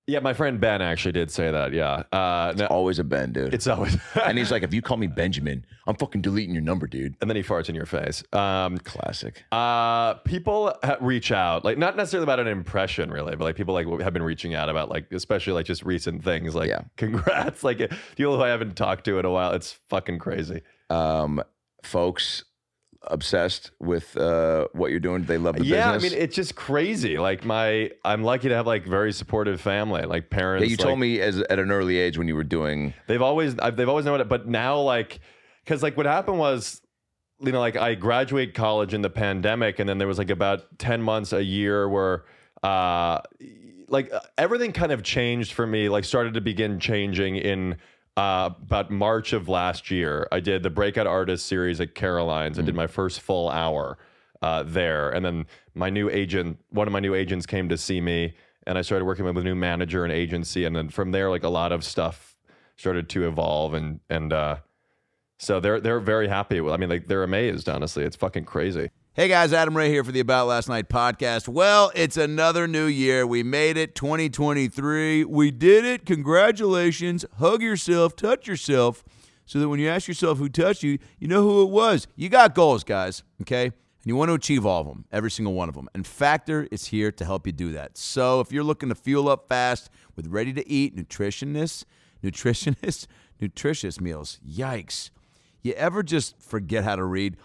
C: Yeah, my friend Ben actually did say that. Yeah. Uh, no,
A: Always a Ben, dude.
C: It's always <laughs>
A: and he's like, if you call me Benjamin, I'm fucking deleting your number, dude.
C: and then he farts in your face. Um,
A: Classic.
C: uh, people ha- reach out, like not necessarily about an impression, really, but like people like have been reaching out about like, especially like just recent things, like
A: Yeah.
C: congrats, <laughs> like people who I haven't talked to in a while. It's fucking crazy.
A: um, folks obsessed with uh, what you're doing? Do They love the
C: yeah,
A: business.
C: I mean, it's just crazy. Like my, I'm lucky to have like very supportive family, like parents.
A: yeah, you
C: like-
A: told me as at an early age when you were doing.
C: They've always I've, they've always known it, but now like because like what happened was you know like I graduated college in the pandemic, and then there was like about ten months a year where uh like uh, everything kind of changed for me. Like started to begin changing in. Uh, about March of last year, I did the Breakout Artist series at Caroline's. I did my first full hour uh, there, and then my new agent, one of my new agents, came to see me, and I started working with a new manager and agency, and then from there, like a lot of stuff started to evolve and and uh so they're they're very happy with I mean like they're amazed honestly it's fucking crazy
A: Hey guys, Adam Ray here for the About Last Night podcast. Well, it's another new year. We made it 2023. We did it. Congratulations. Hug yourself, touch yourself, so that when you ask yourself who touched you, you know who it was. You got goals, guys, okay? And you want to achieve all of them, every single one of them. And Factor is here to help you do that. So if you're looking to fuel up fast with ready to eat, nutritionists, nutritionists, <laughs> nutritious meals, yikes. You ever just forget how to read?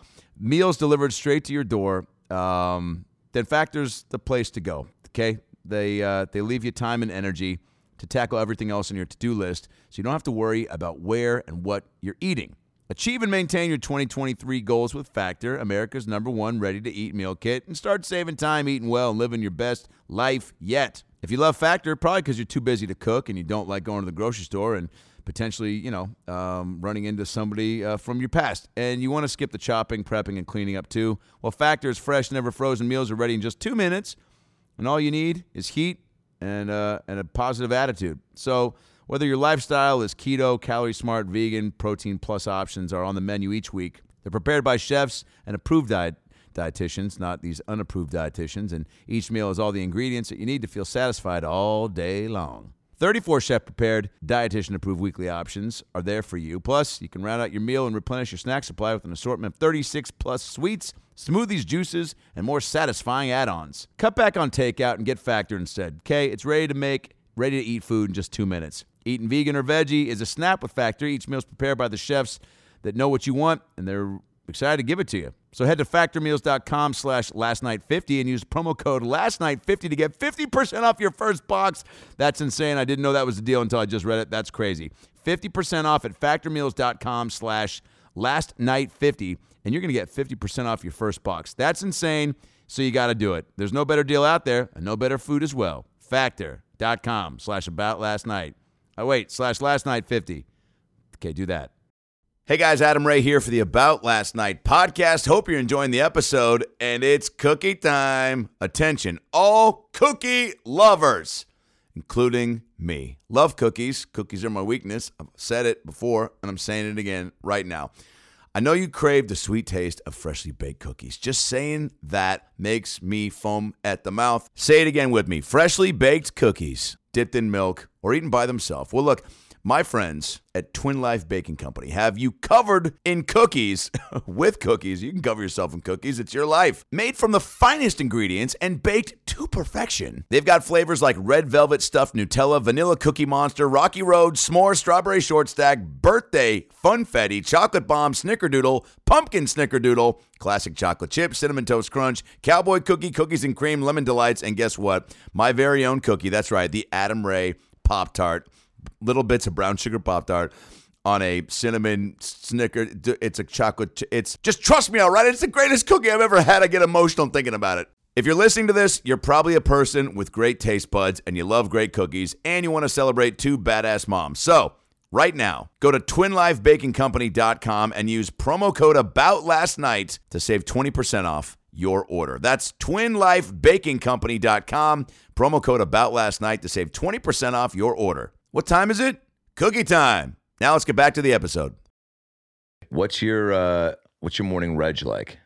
A: Meals delivered straight to your door. Um, then Factor's the place to go. Okay, they uh, they leave you time and energy to tackle everything else on your to-do list, so you don't have to worry about where and what you're eating. Achieve and maintain your 2023 goals with Factor, America's number one ready-to-eat meal kit, and start saving time eating well and living your best life yet. If you love Factor, probably because you're too busy to cook and you don't like going to the grocery store and potentially, you know, um, running into somebody uh, from your past. And you want to skip the chopping, prepping, and cleaning up too. Well, Factor's fresh, never frozen meals are ready in just two minutes, and all you need is heat and uh, and a positive attitude. So whether your lifestyle is keto, calorie smart, vegan, protein plus options are on the menu each week. They're prepared by chefs and approved diet dietitians, not these unapproved dietitians. And each meal has all the ingredients that you need to feel satisfied all day long. 34 chef prepared, dietitian approved weekly options are there for you. Plus, you can round out your meal and replenish your snack supply with an assortment of 36 plus sweets, smoothies, juices, and more satisfying add ons. Cut back on takeout and get Factor instead. Okay, it's ready to make, ready to eat food in just two minutes. Eating vegan or veggie is a snap with Factor. Each meal is prepared by the chefs that know what you want, and they're excited to give it to you. So head to factormeals.com slash lastnight50 and use promo code lastnight50 to get 50% off your first box. That's insane. I didn't know that was the deal until I just read it. That's crazy. 50% off at factormeals.com slash lastnight50 and you're going to get 50% off your first box. That's insane. So you got to do it. There's no better deal out there and no better food as well. Factor.com slash about last night. Oh, wait, slash last night 50. Okay, do that. Hey guys, Adam Ray here for the About Last Night podcast. Hope you're enjoying the episode, and it's cookie time. Attention, all cookie lovers, including me. Love cookies. Cookies are my weakness. I've said it before, and I'm saying it again right now. I know you crave the sweet taste of freshly baked cookies. Just saying that makes me foam at the mouth. Say it again with me freshly baked cookies, dipped in milk, or eaten by themselves. Well, look. My friends at Twin Life Baking Company have you covered in cookies <laughs> with cookies. You can cover yourself in cookies. It's your life. Made from the finest ingredients and baked to perfection. They've got flavors like red velvet stuffed Nutella, vanilla cookie monster, rocky road, s'more, strawberry short stack, birthday, funfetti, chocolate bomb, snickerdoodle, pumpkin snickerdoodle, classic chocolate chip, cinnamon toast crunch, cowboy cookie, cookies and cream, lemon delights, and guess what? My very own cookie. That's right, the Adam Ray Pop Tart little bits of brown sugar pop tart on a cinnamon snicker it's a chocolate ch- it's just trust me all right it's the greatest cookie i've ever had i get emotional thinking about it if you're listening to this you're probably a person with great taste buds and you love great cookies and you want to celebrate two badass moms so right now go to twinlifebakingcompany.com and use promo code about last night to save 20% off your order that's twinlifebakingcompany.com promo code about last night to save 20% off your order what time is it? Cookie time. Now let's get back to the episode.
F: What's your uh, what's your morning reg like?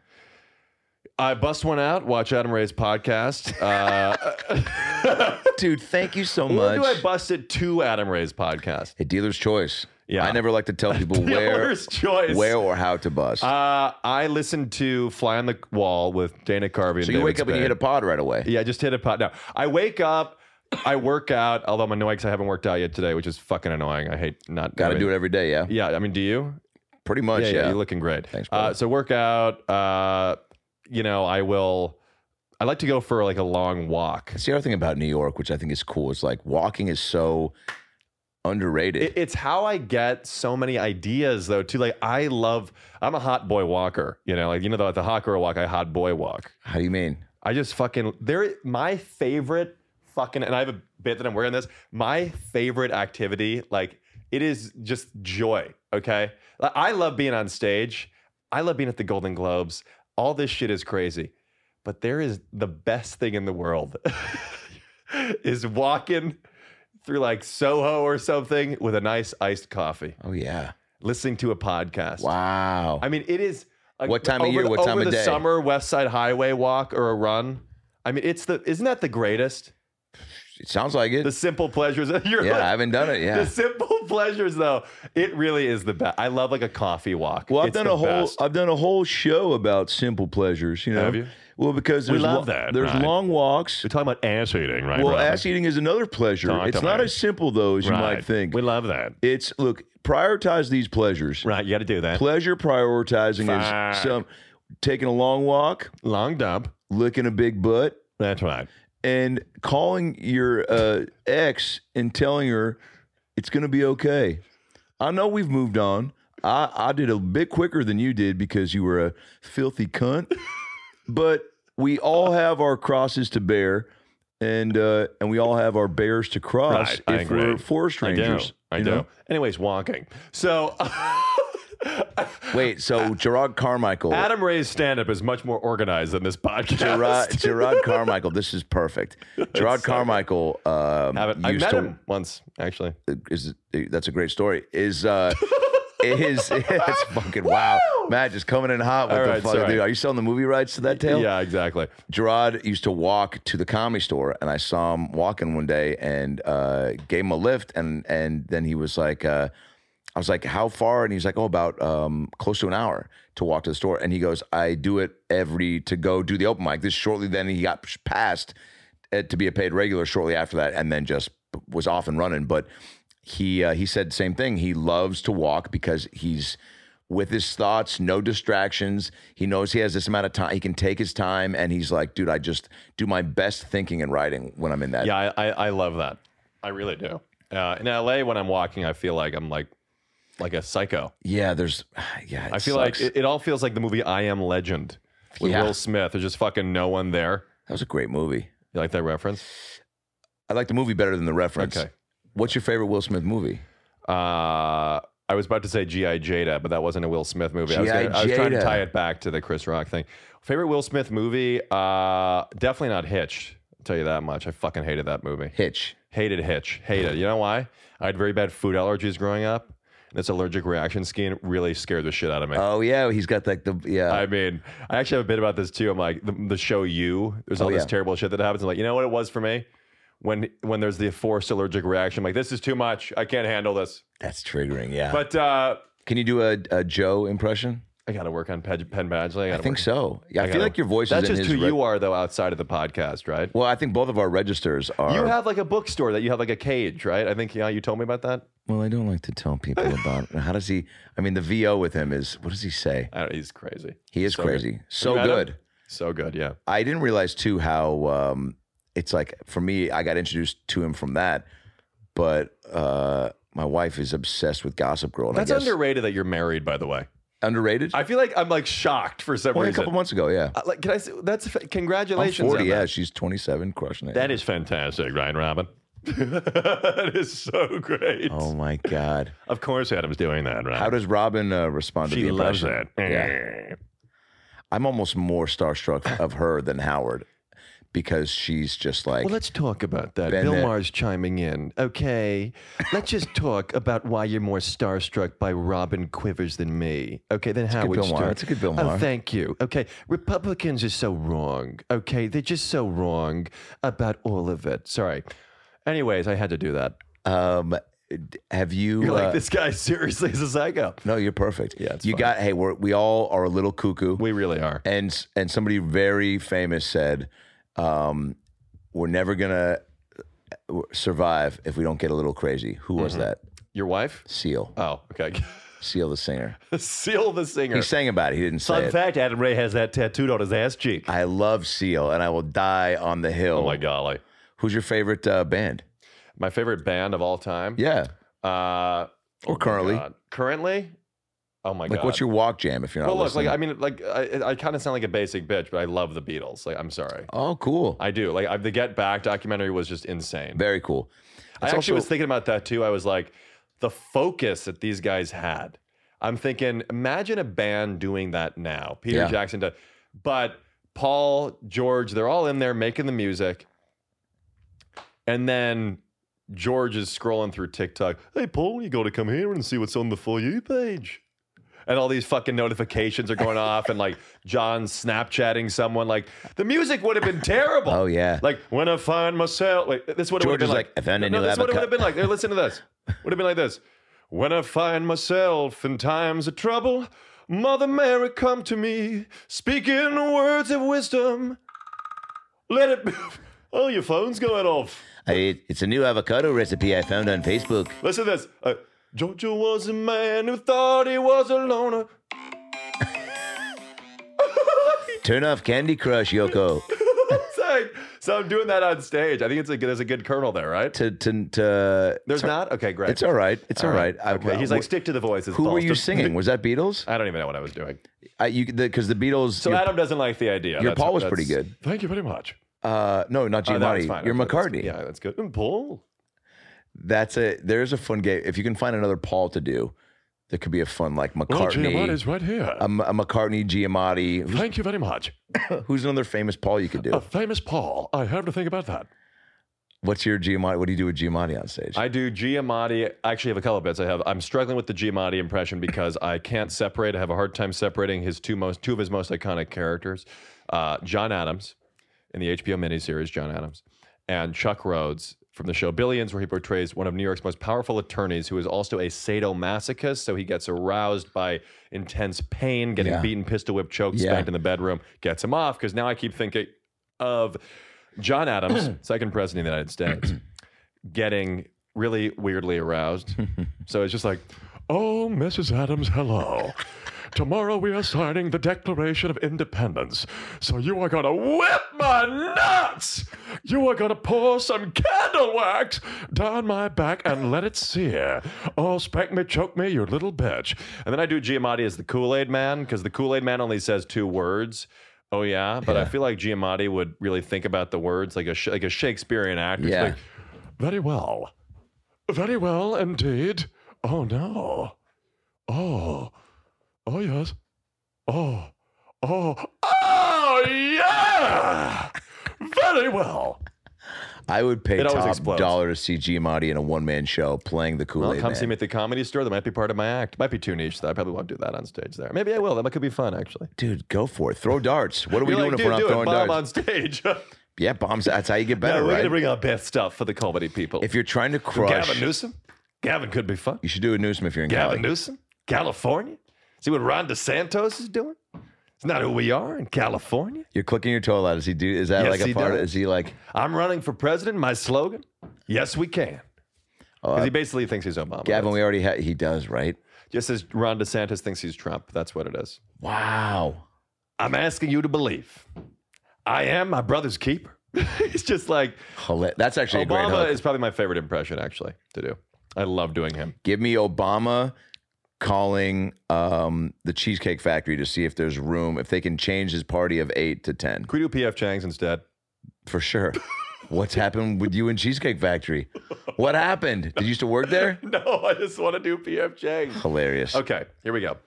C: I bust one out. Watch Adam Ray's podcast. Uh,
F: Dude, thank
C: <laughs>
F: you so
C: Or
F: much.
C: do I busted two Adam Ray's podcasts?
F: a dealer's choice.
C: Yeah.
F: I never like
C: <laughs>
F: to tell people where
C: Dealer's choice.
F: where or how to bust.
C: Uh, I listened to Fly on the Wall with Dana Carvey. And
F: so you
C: David
F: wake up and you
C: Spade.
F: hit a pod right away.
C: Yeah, I just hit a pot. No, I wake up, I work out, although I'm annoyed because I haven't worked out yet today, which is fucking annoying. I hate not.
F: Got to
C: I
F: do it every day, yeah.
C: Yeah, I mean, do you?
F: Pretty much,
C: yeah,
F: yeah.
C: yeah, you're looking great.
F: Thanks,
C: Uh,
F: brother.
C: so workout. Uh, you know, I will. I like to go for like a long walk.
F: It's the other thing about New York, which I think is cool. Is like walking is so underrated.
C: It, it's how I get so many ideas though. Too like I love. I'm a hot boy walker. You know, like you know the, the hot girl walk. I hot boy walk.
F: how do you mean?
C: I just fucking there. My favorite fucking, and I have a bit that I'm wearing this. My favorite activity, like it is just joy. Okay, Like, I love being on stage. I love being at the Golden Globes. All this shit is crazy, but there is the best thing in the world <laughs> is walking through like Soho or something with a nice iced coffee,
F: Oh yeah.
C: listening to a podcast.
F: Wow.
C: I mean, it is. a-
A: What time of
C: over
A: year,
C: the-
A: what time
C: over
A: of
C: the
A: day?
C: summer West Side Highway walk or a run. I mean, it's the isn't that the greatest?
A: It sounds like it.
C: The simple pleasures. <laughs> You're
A: yeah,
C: like-
A: I haven't done it.
C: The
A: Yeah.
C: simple <laughs> pleasures, though, it really is the best. I love like a coffee walk.
A: Well, I've
C: It's
A: done
C: the
A: a whole
C: best.
A: I've done a whole show about simple pleasures. You know,
C: Have you?
A: well because
C: We
A: there's
C: love
A: lo-
C: that,
A: there's
C: right.
A: long walks.
C: We're talking about ass eating, right?
A: well,
C: Robin?
A: ass eating is another pleasure.
C: Talk
A: it's
C: to
A: not
C: me.
A: as simple though as you might
C: Right.
A: think.
C: We love that.
A: it's look prioritize these pleasures.
C: Right, you got to do that.
A: Pleasure prioritizing
C: Fuck.
A: is some taking a long walk,
C: Long dump.
A: licking a big butt,
C: That's right.
A: and calling your uh, ex and telling her it's going to be okay. I know we've moved on. I, I did a bit quicker than you did because you were a filthy cunt, <laughs> but we all have our crosses to bear, and uh, and we all have our bears to cross
C: Right, I
A: if
C: agree.
A: we're forest rangers.
C: I do. I
A: you
C: do.
A: know?
C: Anyways, walking. So <laughs>
A: Wait, so Gerard Carmichael,
C: Adam Ray's stand up is much more organized than this podcast.
A: Gerard,
C: <laughs>
A: Gerard Carmichael, this is perfect. Gerard Carmichael, um,
C: Have it- I
A: used
C: met
A: to-
C: him once, actually.
A: is that's a great story. Is uh is <laughs> it's fucking wow. Matt just coming in hot with
C: All
A: the
C: right,
A: fucking
C: sorry.
A: dude. Are you selling the movie rights to that tale?
C: Yeah, exactly.
A: Gerard used to walk to the comedy store, and I saw him walking one day, and uh, gave him a lift, and and then he was like, uh, I was like, how far? And he's like, oh, about um, close to an hour to walk to the store. And he goes, I do it every to go do the open mic. This shortly then he got passed uh, to be a paid regular shortly after that, and then just was off and running. But he uh, he said the same thing. He loves to walk because he's with his thoughts, no distractions. He knows he has this amount of time. He can take his time, and he's like, dude, I just do my best thinking and writing when I'm in that.
C: Yeah, I, I, I love that. I really do. Uh, in LA, when I'm walking, I feel like I'm like like a psycho.
A: Yeah, there's. <sighs> Yeah, it
C: I feel
A: sucks.
C: like it, it all feels like the movie I Am Legend with
A: Yeah.
C: Will Smith. There's just fucking no one there.
A: that was a great movie.
C: You like that reference?
A: I like the movie better than the reference.
C: Okay.
A: What's your favorite Will Smith movie?
C: Uh, I was about to say G.I. Jada, but that wasn't a Will Smith movie. I was,
A: G.I.
C: gonna- I was trying to
A: Jada.
C: tie it back to the Chris Rock thing. Favorite Will Smith movie? Uh, definitely not Hitch. I'll tell you that much. I fucking hated that movie.
A: Hitch.
C: Hated Hitch. Hated. You know why? I had very bad food allergies growing up. And this allergic reaction scheme really scared the shit out of me.
A: Oh yeah, he's got like the yeah.
C: I mean, I actually have a bit about this too. I'm like the, the show you. There's all
A: Oh,
C: this
A: yeah.
C: terrible shit that happens. I'm like, you know what it was for me when when there's the forced allergic reaction. I'm like this is too much. I can't handle this.
A: That's triggering. Yeah.
C: But uh,
A: Can you do a, a Joe impression?
C: I gotta work on Ped, Penn Badgley.
A: I
C: gotta
A: think
C: work-
A: so. Yeah, I, feel
C: gotta-
A: like your voice
C: That's
A: is in
C: just
A: his
C: who
A: re-
C: you are though outside of the podcast, right?
A: Well, I think both of our registers are.
C: you have like a bookstore that you have like a cage, right? I think yeah, you told me about that.
A: well, I don't like to tell
C: <laughs>
A: people about. How does he? I mean, the VO with him is. What does he say?
C: I don't, he's crazy.
A: He is
C: So good.
A: crazy. So
C: You met him?
A: good.
C: So good, yeah.
A: I didn't realize too how um, it's like for me. I got introduced to him from that, but uh, my wife is obsessed with Gossip Girl. And
C: That's
A: I guess
C: underrated that you're married, by the way.
A: underrated.
C: I feel like I'm like shocked for some
A: Only a
C: reason.
A: couple months ago, yeah.
C: Uh, like, can I say that's f-
A: I'm
C: congratulations?
A: 40,
C: on
A: yeah.
C: that.
A: She's 27, crushing it.
C: That is fantastic, Ryan
D: <laughs>
C: Robin. that is so great.
A: Oh my God.
C: Of course, Adam's doing that, right?
A: How does Robin uh, respond to
C: she
A: the
C: loves
A: impression?
C: that.
A: I'm almost more starstruck of her than Howard because she's just like,
D: Well, let's talk about that.
A: Been
D: Bill
A: there.
D: Maher's chiming in. Okay, let's just talk about why you're more starstruck by Robin Quivers than me. Okay, then
A: good
D: Howard
A: Bill Maher.
D: Stern.
A: That's a good Bill
D: Oh,
A: Maher.
D: thank you. Okay, Republicans are so wrong. Okay, they're just so wrong about all of it. Sorry. Anyways, I had to do that.
A: um, d- have you?
C: You're
A: uh,
C: like this guy seriously is a psycho.
A: No, you're perfect.
C: Yeah, it's
A: you
C: fine.
A: got. Hey, we're, we all are a little cuckoo.
C: We really are.
A: and s- and somebody very famous said, um, "We're never gonna uh, survive if we don't get a little crazy." Who
C: Mm-hmm.
A: was that?
C: Your wife?
A: Seal.
C: Oh, okay.
A: Seal the singer.
C: <laughs> Seal the singer.
A: He sang about it. He didn't say
C: Fun
A: it.
C: fact: Adam Ray has that tattooed on his ass cheek.
A: I love Seal, and I will die on the hill.
C: Oh my golly!
A: Who's your favorite uh, band?
C: My favorite band of all time.
A: Yeah,
C: Uh,
A: or currently.
C: God. Currently. Oh my
A: like,
C: god!
A: what's your walk jam if you're not
C: well, look,
A: listening?
C: like I mean, like I, I kind of sound like a basic bitch, but I love the Beatles. Like, I'm sorry,
A: oh, cool.
C: I do. Like, I, the Get Back documentary was just insane.
A: Very cool. It's
C: I actually
A: also-
C: was thinking about that too. I was like, the focus that these guys had. I'm thinking, imagine a band doing that now. Peter
A: Yeah.
C: Jackson does, but Paul, George, they're all in there making the music, and then George is scrolling through TikTok. Hey, Paul, you got to come here and see what's on the for you page. and all these fucking notifications are going off, and like John Snapchatting someone. Like the music would have been terrible.
A: Oh, yeah.
C: Like when I find myself, like this would have
A: George
C: been
A: is
C: like,
A: like, "I found a
C: no,
A: new
C: this would
A: avocado."
C: have been like. Here, listen
A: <laughs>
C: to this. Would have been like this. When I find myself in times of trouble, Mother Mary come to me, speaking words of wisdom. Let it. Be. <laughs> Oh, your phone's going off.
A: I, it's a new avocado recipe I found on Facebook.
C: Listen to this. Uh, Jojo was a man who thought he was a loner. <laughs>
A: Turn off Candy Crush, Yoko.
C: It's like- so I'm doing that on stage. I think it's a good, there's a good kernel there, right?
A: to to to.
C: There's not. Okay, great.
A: It's all right. It's all right. I-
C: Okay, he's
A: I-
C: like stick to the voices.
A: Who were
C: balls
A: you
C: to- <laughs>
A: singing? Was that Beatles?
C: I don't even know what I was doing.
A: I, you because the, Beatles.
C: So
A: your-
C: Adam doesn't like the idea.
A: your
C: That's-
A: Paul was
C: that's-
A: pretty good.
C: Thank you very much.
A: uh, no, not
C: Oh, that was
A: Giamatti.
C: fine.
A: you're
C: Okay, that's-
A: McCartney.
C: yeah, that's good. And Paul.
A: That's a there's a fun game. If you can find another Paul to do, there could be a fun like
E: Well,
A: McCartney. Um,
E: Giamatti's right here.
A: a, M- a McCartney Giamatti. <laughs> Who's,
E: Thank you very much.
A: who's another famous Paul you could do?
C: <laughs>
E: A famous Paul. I have to think about that.
A: What's your Giamatti? What do you do with Giamatti on stage?
C: I do Giamatti. I actually have a couple of bits I have. I'm struggling with the Giamatti impression because I can't separate. I have a hard time separating his two most two of his most iconic characters, uh, John Adams, in the HBO miniseries John Adams, and Chuck Rhodes from the show Billions, where he portrays one of New York's most powerful attorneys, who is also a sadomasochist. So he gets aroused by intense pain, getting
A: Yeah.
C: beaten, pistol whipped, choked,
A: Yeah.
C: spanked in the bedroom, gets him off. Because now I keep thinking of John
A: <clears throat>
C: Adams, second president of the United States getting really weirdly aroused. so it's just like,
E: Oh, Mrs. Adams, hello. Tomorrow we are signing the Declaration of Independence. So you are gonna whip my nuts! You are gonna pour some candle wax down my back and let it sear. Oh, spank me, choke me, you little bitch.
C: and then I do Giamatti as the Kool Aid Man because the Kool Aid Man only says two words. Oh yeah, but I feel like Giamatti would really think about the words like a sh- like a Shakespearean actor. It's
A: Yeah.
C: like,
E: Very well. Very well indeed. Oh no. Oh. Oh yes. Oh. Oh. Oh yeah. Very well.
A: I would pay
C: It always
A: top
C: explodes.
A: dollar to see Giamatti in a one man show playing the Kool
C: well,
A: Aid
C: come
A: Man.
C: see me at the comedy store. That might be part of my act. Might be too niche. Though. I probably won't do that on stage there. Maybe I will. That could be fun actually.
A: Dude, go for it. Throw darts. What are we
C: You're
A: doing
C: like,
A: if we're not
C: "Dude, do it.
A: throwing
C: Bomb
A: darts?
C: on stage. <laughs>
A: Yeah, bombs. That's how you get better,
C: no, we're
A: right?
C: gonna bring out best stuff for the comedy people.
A: if you're trying to crush,
C: Gavin Newsom, Gavin could be fun.
A: you should do a Newsom if you're in
C: Gavin
A: Cali.
C: Newsom, California. See what Ron DeSantos is doing. It's not who we are in California.
A: You're clicking your toe out. Is he do? Is that
C: Yes,
A: like a
C: he
A: part?
C: does.
A: Is he like?
C: I'm running for president. My slogan: Yes, we can. Because he basically thinks he's Obama.
A: Uh, Gavin,
C: That's-
A: we already had. He does, right?
C: just as Ron DeSantis thinks he's Trump. That's what it is.
A: Wow.
C: I'm asking you to believe. I am my brother's keeper. <laughs> it's just like
A: Hila- That's actually a Oh, great
C: Obama
A: hook.
C: is probably my favorite impression actually to do. I love doing him.
A: Give me Obama calling um, the Cheesecake Factory to see if there's room, if they can change his party of eight to ten
C: Can we do PF Chang's instead? <laughs>
A: for sure. What's happened with you and Cheesecake Factory? What happened? Did you used to work there?
C: No, I just want to do PF Chang's.
A: Hilarious.
C: Okay, here we go.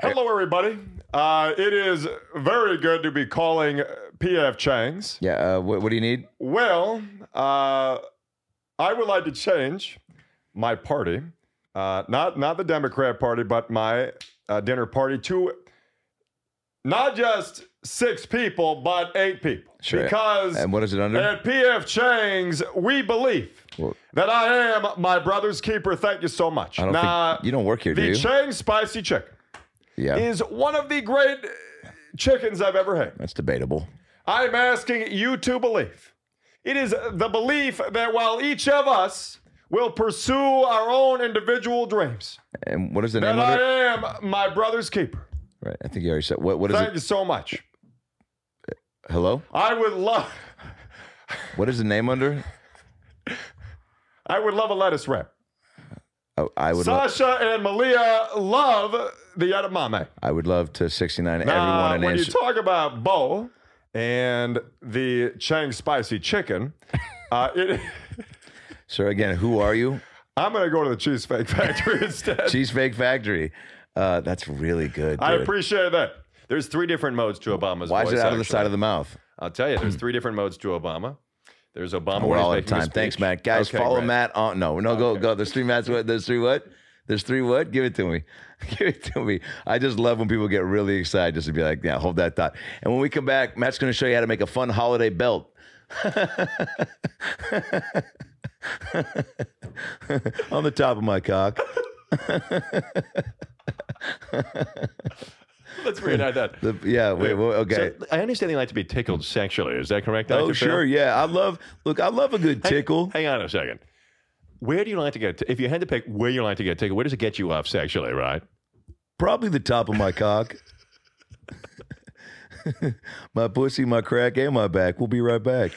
C: Hello, everybody. Uh, it is very good to be calling uh, PF Chang's.
A: Yeah. Uh, what, what do you need?
C: Well, uh, I would like to change my party, uh, not not the Democrat Party, but my uh, dinner party to not just six people, but eight people.
A: Sure.
C: Because
A: And what is it under?
C: at PF Chang's, we believe
A: Well-
C: that I am my brother's keeper. Thank you so much.
A: I don't
C: Now,
A: think you don't work here, do
C: the
A: you?
C: Chang spicy chicken
A: yeah.
C: is one of the great uh, chickens I've ever had.
A: That's debatable.
C: I'm asking you to believe. It is the belief that while each of us will pursue our own individual dreams,
A: And what is the
C: that
A: name of it?
C: I am my brother's keeper.
A: Right. I think you already said. What? What is
C: Thank
A: it?
C: you so much.
A: Hello.
C: I would love,
A: What is the name under?
C: I would love a lettuce wrap.
A: Oh, I would. Lo-
C: Sasha and Malia love the edamame.
A: I would love to 69
C: Now,
A: everyone
C: when
A: an
C: you
A: inch.
C: talk about bo and the Chang
A: <laughs>
C: spicy chicken, uh, it, <laughs>
A: Sir, again, who are you?
C: I'm going to go to the
A: <laughs>
C: Cheesesteak Factory instead.
A: Cheesecake Factory. Uh, that's really good.
C: I
A: dude.
C: appreciate that. There's three different modes to Obama's
A: Why is
C: voice.
A: it out of the
C: actually.
A: side of the mouth?
C: I'll tell you, there's three different modes to Obama. There's Obama.
A: We're
C: when he's
A: all out of
C: making a
A: time. Thanks,
C: speech.
A: Matt. Guys,
C: Okay,
A: follow
C: great. <laughs>
A: Matt on. No, no, go, go. There's three Matts. What? There's three what? There's three what? Give it to me. <laughs> Give it to me. I just love when people get really excited just to be like, yeah, hold that thought. And when we come back, Matt's going to show you how to make a fun holiday belt. <laughs> On the top of my cock.
C: Let's reenact that.
A: <laughs> The- yeah, wait, wait, okay.
C: So, I understand they like to be tickled sexually. Is that correct?
A: oh,
C: Dr. Phil?
A: sure. Yeah. I love, look, I love a good
C: Hang-
A: tickle.
C: Hang, on a second. Where do you like to get? if you had to pick where you like to get tickled, where does it get you off sexually? Right?
A: Probably the top of my <laughs> cock. my pussy, my crack, and my back. We'll be right back.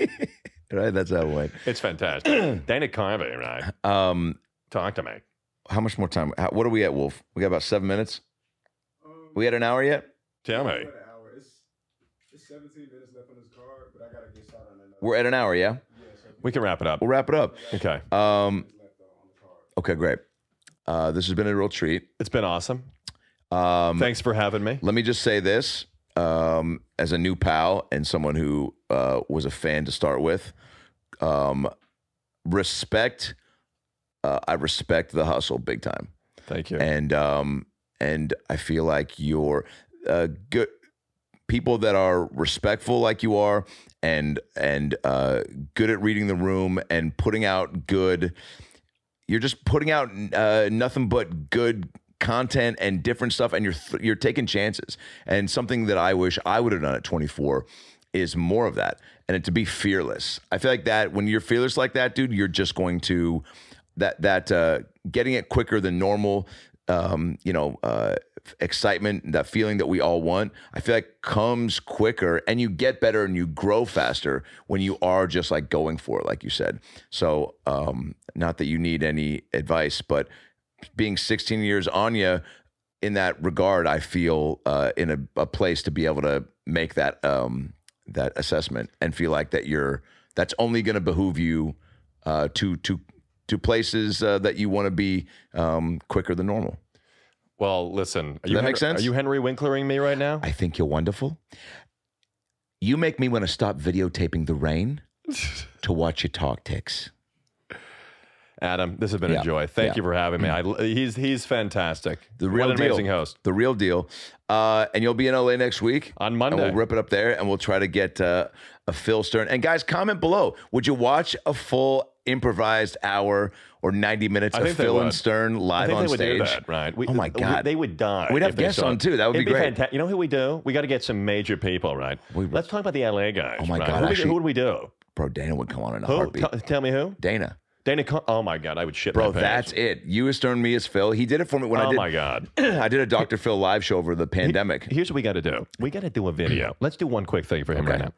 A: <laughs> right? That's how it went. <clears throat>
C: It's fantastic. Dana Carvey, right?
A: Um,
C: Talk to me.
A: how much more time? How, what are we at, Wolf? We got about seven minutes. We had an hour yet?
C: Tell me.
A: We're at an hour, yeah?
C: We can wrap it up.
A: We'll wrap it up.
C: Okay.
A: Um, okay, great. Uh, this has been a real treat.
C: It's been awesome.
A: Um,
C: Thanks for having me.
A: Let me just say this um, as a new pal and someone who uh, was a fan to start with um, respect, uh, I respect the hustle big time.
C: Thank you.
A: And um, and I feel like you're uh, good people that are respectful like you are and and uh, good at reading the room and putting out good you're just putting out uh, nothing but good content and different stuff and you're th- you're taking chances and something that I wish I would have done at 24 is more of that and it to be fearless I feel like that when you're fearless like that dude you're just going to that that uh, getting it quicker than normal um, you know uh, excitement that feeling that we all want I feel like comes quicker and you get better and you grow faster when you are just like going for it like you said so um, not that you need any advice but being 16 years on you in that regard, I feel uh, in a, a place to be able to make that um, that assessment and feel like that you're that's only going to behoove you uh, to to to places uh, that you want to be um, quicker than normal.
C: well, listen. Are
A: Does that make
C: Henry-
A: sense?
C: Are you Henry Winklering me right now?
A: I think you're wonderful. You make me want to stop videotaping the rain to watch your talk ticks.
C: Adam, this has been
A: Yeah.
C: a joy. Thank
A: Yeah. Mm.
C: you for having me. I, he's he's fantastic.
A: The real
C: what an
A: deal.
C: amazing host.
A: The real deal. Uh, and you'll be in LA next week.
C: On Monday.
A: And we'll rip it up there and we'll try to get uh, a Phil Stern. And guys, comment below. Would you watch a full improvised hour or 90 minutes
C: I
A: of
C: think they
A: Phil and
C: would.
A: Stern
C: I
A: live
C: think
A: on
C: they would
A: stage?
C: do that, right? We-
A: oh my
C: we-
A: God.
C: they would die.
A: We'd have
C: if they
A: guest
C: saw
A: on
C: it.
A: too. That would
C: It'd
A: be great.
C: fanta- you know who we do? We got to get some major people, right? Let's talk about the LA guys.
A: Oh my
C: right?
A: God,
C: Who, do we-
A: actually-
C: who would we do?
A: Bro, Dana would come on in a
C: Who?
A: heartbeat.
C: Tell, tell me who?
A: Dana.
C: Dana. Con- oh my God, I would shit.
A: Bro,
C: my
A: that's
C: pants.
A: it. You as Stern, me as Phil. He did it for me when I
C: oh
A: did.
C: my God.
A: <laughs> I did a Dr. Phil live show over the pandemic.
C: Here's what we got to do. We got to do a video. Let's do one quick thing for him
A: Okay.
C: right now.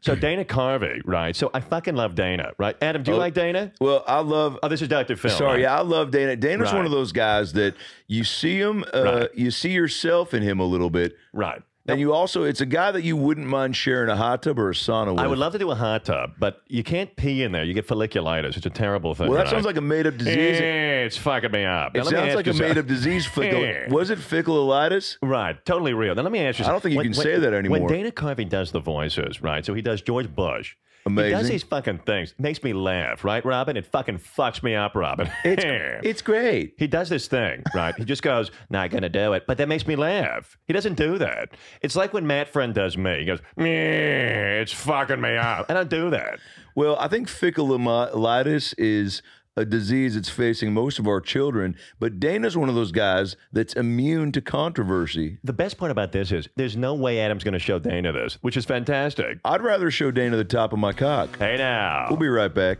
C: So Dana Carvey, right? So I fucking love Dana, right? Adam, do you
A: Oh.
C: like Dana?
A: well, I love
C: Oh, this is Dr. Phil.
A: Sorry,
C: right?
A: I love Dana. Dana's
C: Right.
A: one of those guys that you see him, uh,
C: Right.
A: you see yourself in him a little bit,
C: Right.
A: and you also it's a guy that you wouldn't mind sharing a hot tub or a sauna with.
C: I would love to do a hot tub, but you can't pee in there. You get folliculitis. It's a terrible thing.
A: Well, that
C: right?
A: sounds like a made up disease.
C: Eh, It's fucking me up. Now,
A: It
C: let me
A: sounds
C: ask
A: like
C: you
A: a made
C: something.
A: up disease. Fickle.
C: <laughs> Eh.
A: Was it fickleolitis?
C: Right, totally real. Now let me ask you.
A: I don't think
C: something.
A: you can say that anymore.
C: When Dana Carvey does the voices, right? So he does George Bush. He does
A: Amazing.
C: these fucking things. Makes me laugh, right, Robin? It fucking fucks me up, Robin. <laughs>
A: It's
C: Eh.
A: it's great.
C: He does this thing, right? He just goes, not gonna do it. But that makes me laugh. He doesn't do that. It's like when Matt Friend does me. He goes, "Meh, it's fucking me up. And I do that.
A: Well, I think fickleolitis is a disease that's facing most of our children, but Dana's one of those guys that's immune to controversy.
C: The best part about this is there's no way Adam's gonna show Dana this, which is fantastic.
A: I'd rather show Dana the top of my cock.
C: Hey now.
A: We'll be right
C: <laughs>
A: back.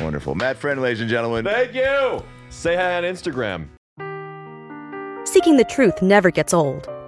A: Wonderful. Matt Friend, ladies and gentlemen.
C: Thank you. Say hi on Instagram.
G: Seeking the truth never gets old.